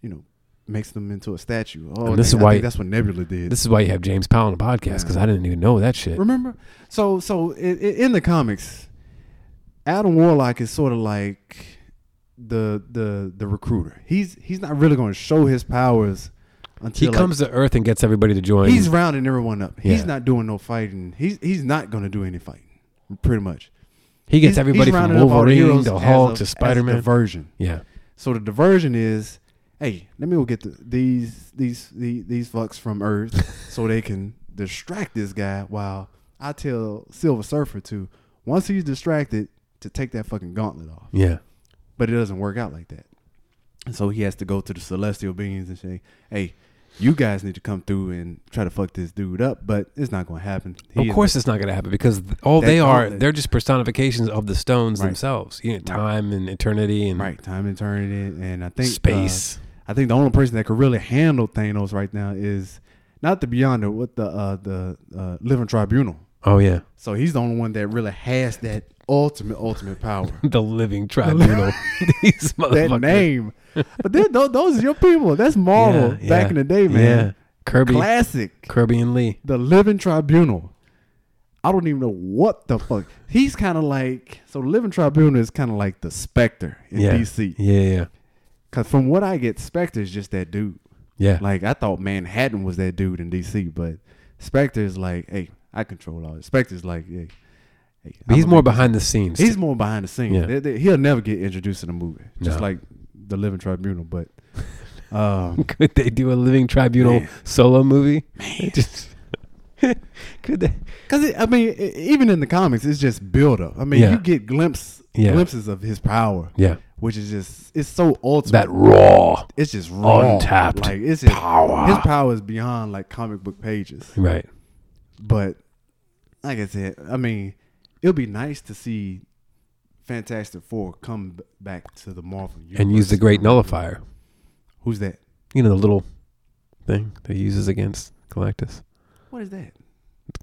you know, makes them into a statue. Oh,
And this
dang,
is
I
why-
think that's what Nebula did.
This is why you have James Powell on the podcast because I didn't even know that shit.
Remember? So so i i in the comics, Adam Warlock is sort of like the the the recruiter. He's he's not really going to show his powers
He
until like,
comes to Earth and gets everybody to join.
he's rounding everyone up.
Yeah.
He's not doing no fighting. He's he's not going to do any fighting. Pretty much.
he gets
He's-
everybody
he's
from
rounding up all the
Wolverine
heroes
to
as a-
Hulk to
as a
Spider Man.
Diversion.
Yeah.
So the diversion is, hey, let me go get the, these these the- these fucks from Earth so they can distract this guy while I tell Silver Surfer to once he's distracted to take that fucking gauntlet off.
Yeah.
But it doesn't work out like that. And so he has to go to the celestial beings and say, "Hey, you guys need to come through and try to fuck this dude up, but it's not going to happen." He
of
is-
course, it's not going to happen because th- all
That
they are,
gauntlet-
they're just personifications of the stones
Right.
themselves. You know, time and eternity and
right time and eternity, and I think uh,
space.
I think the only person that could really handle Thanos right now is not the Beyonder, what the uh, the uh, Living Tribunal.
oh yeah,
So he's the only one that really has that ultimate
*laughs*
ultimate power.
*laughs* the living tribunal.
*laughs*
*laughs* These motherfuckers.
that name, but then those, those are your people. That's Marvel
Yeah, yeah,
back in the day, man.
yeah. Kirby,
Classic.
Kirby and Lee.
The Living Tribunal. I don't even know what the fuck. He's kind of like so. Living Tribunal is kind of like the Spectre in
Yeah.
DC.
Yeah, yeah,
Cause from what I get, Spectre is just that dude.
yeah.
Like I thought Manhattan was that dude in DC, but Spectre's like, hey, I control all this. Spectre's like, yeah. Hey,
but he's
I'm a
more
big-
behind the scenes. *laughs*
He's more behind the scenes.
Yeah.
They- they- he'll never get introduced in a movie, just
No.
like the Living Tribunal.
*laughs*
But um,
Could they do a living tribunal
Man.
*laughs* solo movie? Just Could they?
Because I mean, e- even in the comics, it's just build up. I mean,
Yeah.
you get glimpse
Yeah.
glimpses of his power.
Yeah.
which is just it's so ultimate.
That raw.
it's just raw.
untapped
Like it's just,
power.
His power is beyond like comic book pages.
Right.
But like I said, I mean, it'll be nice to see Fantastic Four come b- back to the Marvel universe.
And use the great nullifier.
Who's that?
You know, the little thing that he uses against Galactus.
What is that?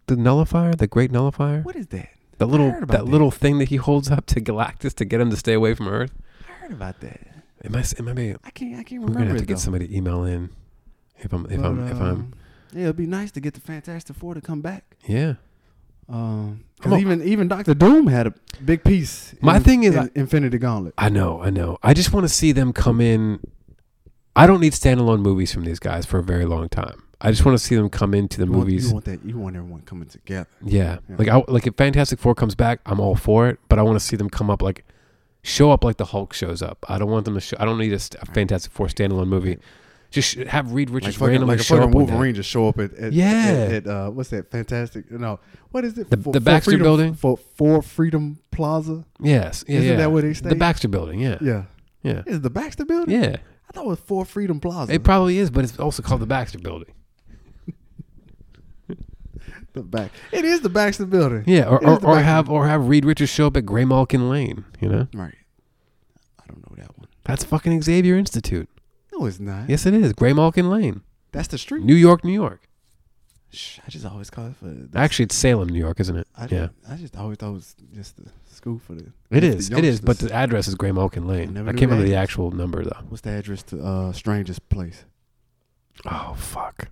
The nullifier, the great nullifier.
What is that?
The
I
little
heard
that,
about that.
little thing that he holds up to Galactus to get him to stay away from Earth.
I heard about that.
It might it might be
I can't. I can't
we're gonna
remember
have to
it
get
though.
somebody to email in. If I'm if
But,
I'm if I'm
um, yeah, it'd be nice to get the Fantastic Four to come back.
yeah.
Um,
Come on.
because even even Doctor Doom had a big piece.
My
in-
thing is
in
I-
Infinity Gauntlet.
I know, I know. I just want to see them come in. I don't need standalone movies from these guys for a very long time. I just want to see them come into the
You want,
movies.
you want that? You want everyone coming together.
yeah. like I like if Fantastic Four comes back, I'm all for it. But I want to see them come up like show up like the Hulk shows up. I don't want them to show. I don't need a, st- a Fantastic Four standalone movie. Just sh- have Reed
Like,
Richards
fucking,
randomly
like a
show
fucking
up. one day.
Wolverine just show up at, at
Yeah.
At, at, uh, what's that? Fantastic. No, what is it?
The- the Baxter
Freedom,
Building?
for for Freedom Plaza.
Yes. Yeah,
Isn't
yeah.
that where they
The
stay?
Baxter Building. Yeah.
Yeah,
Yeah.
is it the Baxter Building?
Yeah.
I thought it was for Freedom Plaza.
It probably is, but it's also called the Baxter Building.
the back. It is the Baxter Building.
Yeah, or,
It is
or,
the
or
Baxter-
have or have Reed Richards show up at Gray Malkin Lane. You know,
right. I don't know that one.
that's fucking Xavier Institute.
No, it's not.
Yes, it is Gray Malkin Lane,
That's the street.
New York, New York.
Shh, I just always call it for. The,
Actually, it's Salem, New York, isn't it?
I
yeah,
just, I just always thought it was just the school for the.
it
just the
is. It is, but
youngsters.
the address is Gray Malkin Lane. I
never
can't
knew
remember
that.
the actual number though.
what's the address to uh strangest place?
Oh fuck!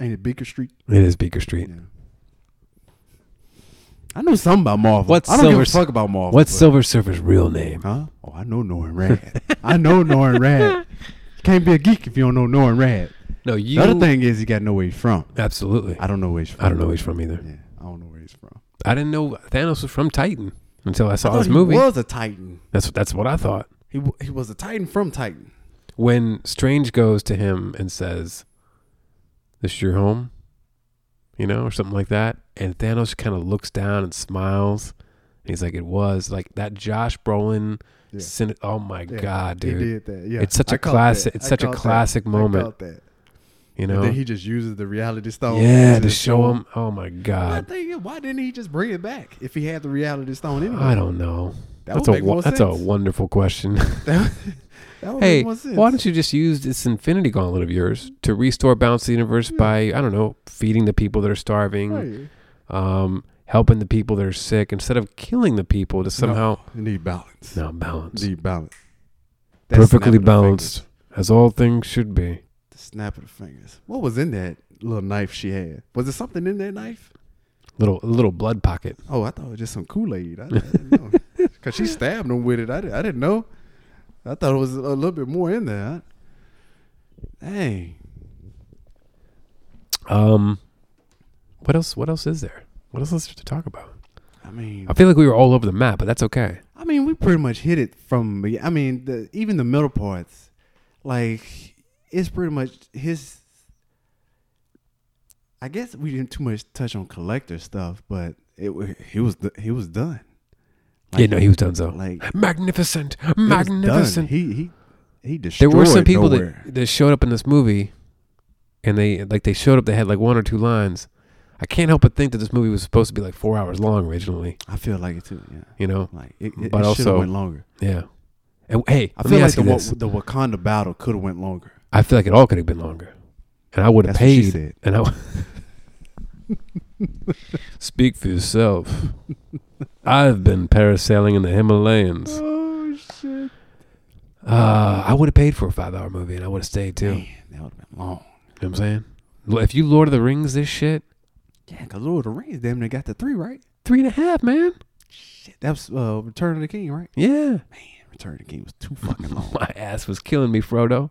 Ain't it Beaker Street?
It is Beaker Street.
Yeah. I know something about Marvel.
What's
I don't
Silver
give a
S-
Oh, fuck about Marvel.
What's
but-
Silver Surfer's real name?
Huh? Oh, I know Norrin Rad. I know Norrin
*laughs*
Rad. You can't be a geek if you don't know Norrin Rad.
No, you.
The other thing is you got to know where he's from.
Absolutely.
I don't know where he's from.
I don't know where he's from either.
Yeah, I don't know where he's from.
I didn't know Thanos was from Titan until I saw
thought
this movie.
He was a Titan.
That's that's what I thought.
He w- he was a Titan from Titan.
when Strange goes to him and says, "This is your home," you know, or something like that, and Thanos kind of looks down and smiles, and he's like, "It was like that." Josh Brolin,
Yeah.
syn- oh my
Yeah,
god, dude,
He did that. Yeah,
It's such
a
a classic- it's such a classic moment,
That.
you
And
know,
then he just uses the reality stone.
yeah,
to
to
just
show him. Oh my
My
god,
thing is, why didn't he just bring it back if he had the reality stone anyway?
I don't know.
That
that's
would
a
make
wo-
more
that's a
sense.
wonderful question.
*laughs* That, that would
*laughs* hey,
make more sense.
why don't you just use this Infinity Gauntlet of yours to restore balance to the universe by I don't know feeding the people that are starving,
Right.
um, helping the people that are sick instead of killing the people to somehow
You need balance.
no, balance
You need balance. That snap
perfectly
of the
balanced
fingers.
as all things should be.
The snap of the fingers. What was in that little knife she had? Was there something in that knife?
Little little blood pocket.
Oh, I thought it was just some Kool Aid. I, I didn't *laughs* know. Because she stabbed him with it. I, di- I didn't know. I thought it was a little bit more in there. I- Dang.
Um, what else? What else is there? What else is there to talk about?
I mean,
I feel like we were all over the map, but that's okay.
I mean, we pretty much hit it from. the- I mean, the, even the middle parts, like it's pretty much his. I guess we didn't too much touch on collector stuff, but it wa- he was d- he was done.
yeah, no, he was done so.
like-
magnificent,
He was done.
magnificent.
He he he destroyed.
there were some people
nowhere.
that, that showed up in this movie and they like they showed up they had like one or two lines i can't help but think that this movie was supposed to be like four hours long originally
I feel like it too. Yeah,
you know
like it, it,
But
it should have
also-
went longer.
yeah and hey let
I feel
me
like
ask
the,
you
Wa-
this
the Wakanda battle could have went longer.
i feel like it all could have been longer and i would have
That's what she
paid
said.
and i
*laughs*
w- speak for yourself i've been parasailing in the himalayans
Oh shit!
uh, i would have paid for a five hour movie and i would have stayed too you know
Man, that would have been long.
what i'm saying Lo- if you lord of the rings this shit
Yeah, because Lord of the Rings damn near got the three right.
three and a half man
Shit, that was uh, Return of the King, right?
*laughs* yeah
Man, Return of the King was too fucking
*laughs*
long.
My ass was killing me, Frodo.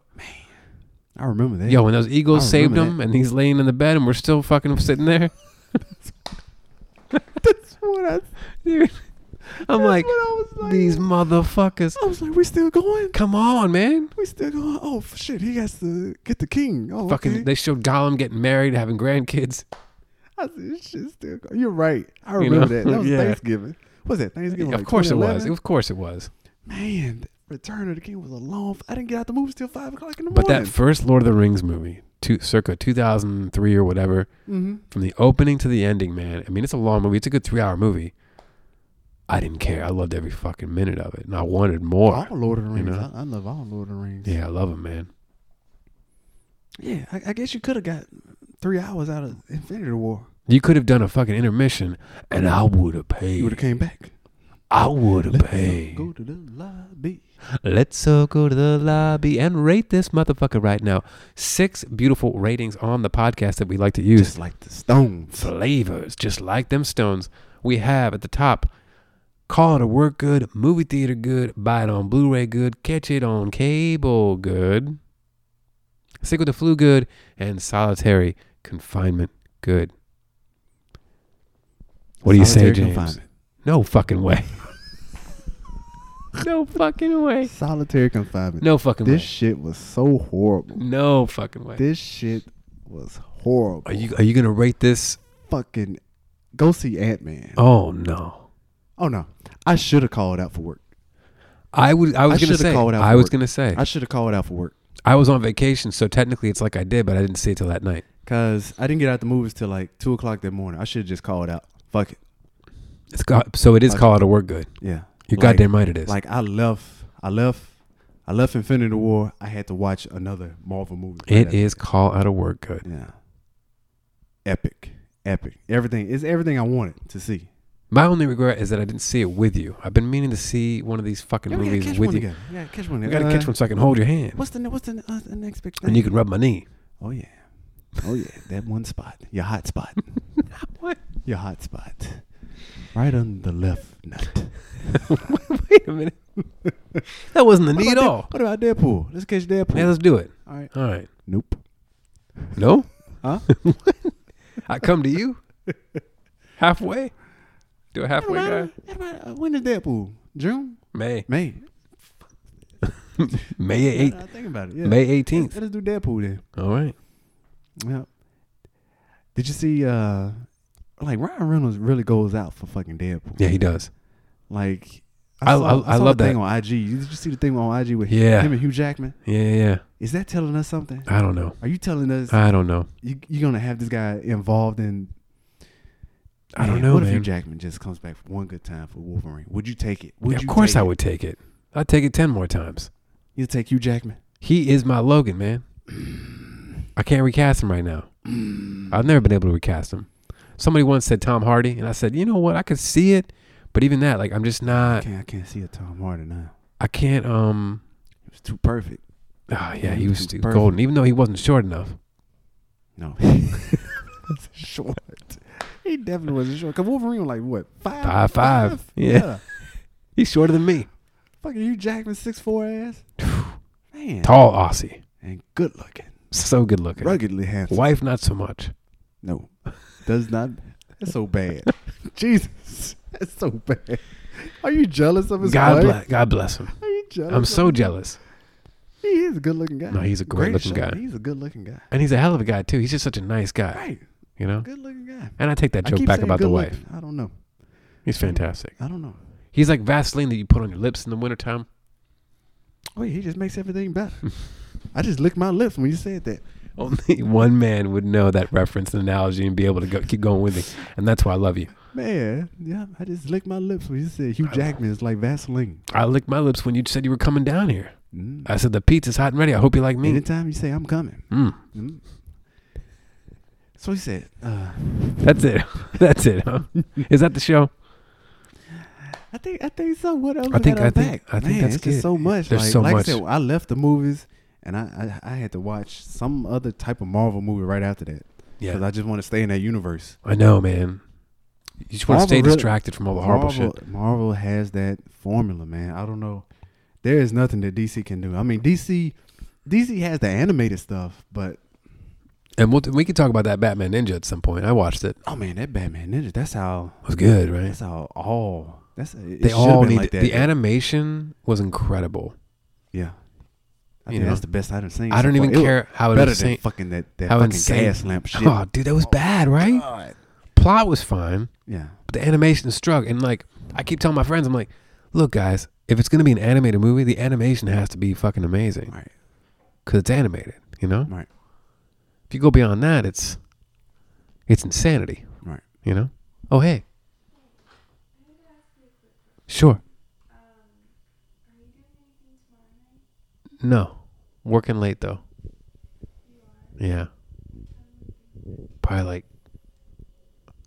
I remember that.
Yo, when those eagles
I
saved
remember
him and he's laying in the bed and we're still fucking sitting
*laughs*
there.
that's what I,
Dude, I'm like,
what I was like.
these motherfuckers.
I was like, we still going?
Come on, man.
We still going? Oh f- shit, he has to get the king. Oh,
Fucking,
okay.
they showed Gollum getting married, having grandkids.
I said, this shit's still. go-" You're right. I
You
remember
know? *laughs*
that. That was
Yeah.
Thanksgiving. Was that Thanksgiving?
of
like
course it was.
2011?
Of course it was.
Man, Return of the King was a long. I didn't get out the movie till five o'clock in the
But
morning.
that first Lord of the Rings movie, two, circa 2003 or whatever,
Mhm.
from the opening to the ending, man. I mean, it's a long movie. It's a good three hour movie. I didn't care. I loved every fucking minute of it, and I wanted more.
all Lord of the
you
Rings.
know?
I, I love all Lord of the Rings.
Yeah, I love him, man.
Yeah, I, I guess you could have got three hours out of Infinity War.
You could have done a fucking intermission, and I would have
You would have
paid.
came back.
I would have
Hey.
paid.
Go to the lobby.
Let's all go to the lobby and rate this motherfucker right now. Six beautiful ratings on the podcast that we like to use.
Just like the Stones.
flavors, just like them stones. We have at the top, call it a work good, movie theater good, buy it on Blu-ray good, catch it on cable good, sick with the flu good, and solitary confinement good. What do you say,
Solitary
James?
confinement.
No fucking way. no fucking way.
Solitary confinement.
No fucking
this
way.
shit was so horrible.
no fucking way.
This shit was horrible.
Are you are you gonna rate this?
fucking go see Ant Man?
Oh no.
Oh no, I should have called out for work.
I would. I was
I
gonna
shoulda
say.
called out
I
for
was
work.
gonna say.
I should have called out for work
I was on vacation, so technically it's like I did, but I didn't see it till that night.
because I didn't get out the movies till like two o'clock that morning. I should have just called out. Fuck it.
It's got, so it is
Okay.
called a work good.
Yeah,
You're
Like-
goddamn right it is.
Like I left, I left, I left Infinity War. I had to watch another Marvel movie.
it
Whatever.
is called out a work good.
Yeah. Epic, epic. Everything is everything I wanted to see.
My only regret is that I didn't see it with you. I've been meaning to see one of these fucking
Yeah, we gotta
movies
catch
with
one
you.
together. Yeah, catch one. Uh,
I gotta catch one so I can hold your hand,
What's the ne- what's the, ne- uh, the next big thing?
and you can rub my
*laughs*
knee.
Oh yeah. Oh yeah. That one spot. Your hot *laughs* spot.
What?
Your hot spot. Right on the left nut.
Wait a minute. *laughs* that wasn't the knee at
What about
all.
Dead- What about Deadpool? Let's catch Deadpool.
Yeah, let's do it.
All right.
All right.
Nope.
No, *laughs*
Huh?
I come to
*laughs*
you halfway. Do a halfway guy.
Everybody- uh, When is Deadpool? June?
May
May.
May eight.
I think about it. Yeah.
May eighteenth.
Let's do Deadpool then.
All right.
Yep. Did you see? uh Like Ryan Reynolds really goes out for fucking Deadpool.
Yeah, he does.
Like
I-
saw-
I- I
saw
love
the thing
that.
on IG. Did you see the thing on IG with
Yeah. Uh,
him and Hugh Jackman?
Yeah, yeah. yeah.
Is that telling us something?
I don't know.
Are you telling us
I don't know.
you, you're gonna have this guy involved in?
I don't
Man,
know,
What if Hugh
man.
Jackman just comes back for one good time for Wolverine? Would you take it? Would
Yeah, of
you
course,
take
I
it?
would take it. I'd take it ten more times.
You take Hugh Jackman?
He is my Logan, man. I can't recast him right now. I've never been able to recast him. Somebody once said Tom Hardy, and I said, you know what? I could see it, but even that, like, I'm just
I
not.
can't. I can't see a Tom Hardy now.
I can't. Um.
It was too perfect.
Oh yeah, he
He
was
was
too
perfect.
golden, even though he wasn't short enough.
No, *laughs* short. He definitely wasn't short. Cause Wolverine was like what five?
Five, five. Yeah. He's shorter than me.
Fucking Hugh Jackman, six
*sighs*
four ass. Man,
Tall Aussie,
and good looking,
so good looking.
ruggedly handsome.
Wife, not so much.
No, does not. That's so bad.
*laughs*
Jesus, that's so bad. Are you jealous of his
God
wife?
bless. God bless him.
Are you jealous?
I'm
of
so
him?
jealous,
He is a good looking guy.
No, he's a
Great
great-looking
shot.
guy.
He's a good looking guy.
and he's a hell of a guy too. He's just such a nice guy,
Right,
you know.
good looking guy.
And I take that
I
joke
keep
back
saying
about the wife.
good-looking. I don't know.
He's fantastic.
I don't know.
He's like Vaseline that you put on your lips in the wintertime. *laughs*
Wait, Oh, he just makes everything better. I just licked my lips when you said that.
Only one man would know that reference and analogy and be able to go, keep going with me. And that's why I love you.
Man, yeah, I just licked my lips when you said Hugh Jackman is like Vaseline.
I licked my lips when you said you were coming down here.
Mm.
I said, the pizza's hot and ready. I hope you like me.
Anytime you say I'm coming.
Mm.
Mm. So he said, uh,
That's it. *laughs* That's it,
*laughs*
huh? Is that the show?
I think I think so. What else
I think-
gotta
I think-
unpack?
I think
Man,
that's
it's just
good.
so much.
There's
like,
so
like
much.
I said, I left the movies and I, I I had to watch some other type of Marvel movie right after that because I just want to stay in that universe.
I know, man. You just want to
Marvel
stay
really-
distracted from all the horrible
Marvel,
shit.
Marvel has that formula, man. I don't know. There is nothing that DC can do. I mean, DC DC has the animated stuff, but
And we'll, we can talk about that Batman Ninja at some point. I watched it.
oh man, that Batman Ninja. That's how.
It was good, right?
That's how all. That's it
They
should've
all
been
need
like that.
the animation was incredible.
yeah. I
You
think
know?
that's the best I've seen.
I
so
don't
far.
even
It was
care how it
better
was.
than
synced.
fucking that, that
How
fucking
insane.
gas lamp shit.
Oh, dude, that was bad, right?
God.
plot was fine,
Yeah.
but the animation struck. And like, I keep telling my friends, I'm like, look, guys, if it's gonna be an animated movie, the animation has to be fucking amazing.
Right.
Cause it's animated, you know.
Right.
If you go beyond that, it's it's insanity,
Right.
you know. Oh hey. Sure. No, working late though. Yeah. Probably like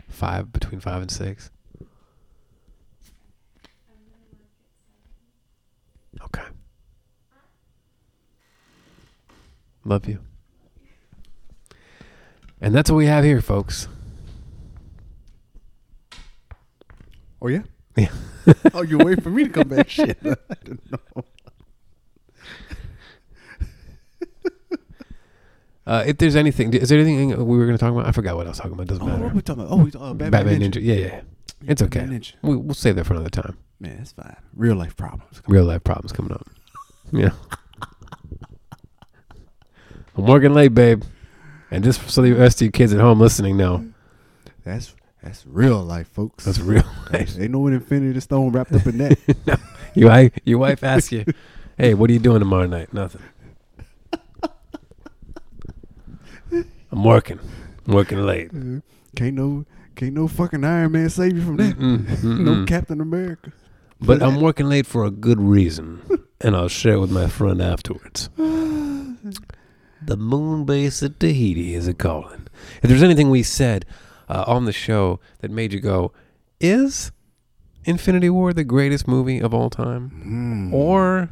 five between five and six. Okay. Love you. And that's what we have here, folks.
Oh yeah.
Yeah.
Oh, you're waiting for me to
*laughs*
come back. Shit. Oh, I didn't know.
Uh, if there's anything, is there anything we were going to talk about? I forgot what I was talking about. Doesn't
Oh, what
matter.
were we talking about? Oh, we, uh, Batman,
Batman
Ninja.
Ninja. Yeah, yeah. It's okay.
Batman Ninja.
We, we'll save that for another time.
Man, that's fine. Real life problems.
Real life problems coming up. Yeah. *laughs* I'm working late, babe. And just so the rest of you kids at home listening know,
That's that's real life, folks.
that's real *laughs* life.
Ain't no Infinity Stone wrapped up
*laughs*
in that.
Your wife, your wife asks you, "Hey, what are you doing tomorrow night?" Nothing. I'm working. I'm working late.
can't no can't no fucking Iron Man save you from that. No Captain America. *sighs*
But I'm working late for a good reason, and I'll share with my friend afterwards. the moon base at Tahiti is a calling. If there's anything we said uh, on the show that made you go, is Infinity War the greatest movie of all time? Or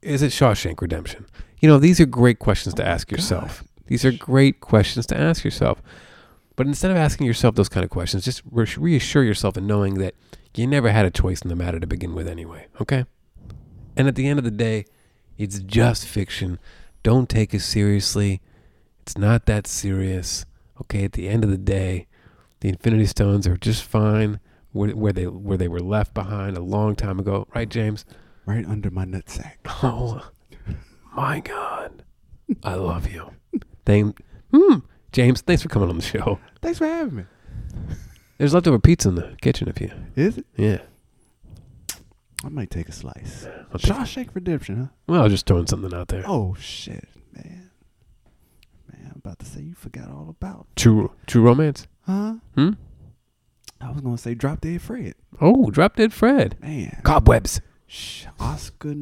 is it Shawshank Redemption? You know, these are great questions to ask yourself. These are great questions to ask yourself. But instead of asking yourself those kind of questions, just re- reassure yourself in knowing that you never had a choice in the matter to begin with anyway, okay? And at the end of the day, it's just fiction. Don't take it seriously. It's not that serious. Okay, at the end of the day, the Infinity Stones are just fine where, where they where they were left behind a long time ago, right, James?
Right under my nutsack.
Oh *laughs* my God, I love you. Thank, hmm, James. Thanks for coming on the show.
Thanks for having me.
There's leftover pizza in the kitchen if you.
Is it?
Yeah.
I might take a slice.
I'll take-
Shawshank Redemption, huh?
Well, I was just throwing something out there.
Oh shit, man. Man, I'm about to say you forgot all about.
True, true romance.
Huh?
Hmm.
I was gonna say Drop Dead Fred.
Oh, drop dead Fred.
Man.
Cobwebs.
Sh- Oscar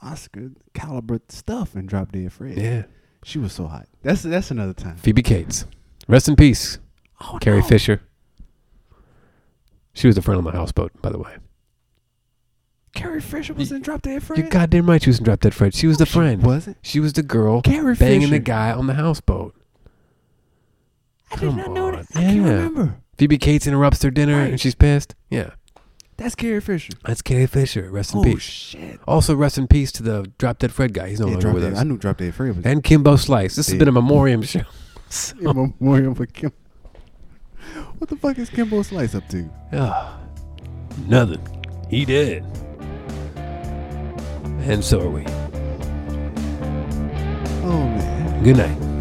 Oscar caliber stuff in Drop Dead Fred.
Yeah.
She was so hot. That's that's another time.
Phoebe Cates. Rest in peace.
Oh,
Carrie
no.
Fisher. She was a friend on the houseboat, by the way.
Carrie Fisher was in Drop Dead Fred.
You goddamn right she was in Drop Dead Fred. She was the friend.
Oh, was it?
She was the girl
Carrie
banging the
Fisher.
guy on the houseboat.
I did
Come
not know
on.
that. I can't
Yeah.
remember.
Phoebe Cates interrupts their dinner
Right.
and she's pissed. Yeah.
That's Carrie Fisher.
That's Carrie Fisher. Rest in
Oh
peace.
shit.
also, rest in peace to the Drop Dead Fred guy. He's no
Yeah,
longer
Drop
with
Dead.
us.
I knew Drop Dead Fred was.
and Kimbo Slice. This has
Dead.
been a memoriam show.
*laughs* in memoriam for Kim. What the fuck is Kimbo Slice up to?
Ah, nothing. He did. And so are we.
Oh man. Oh,
Good night.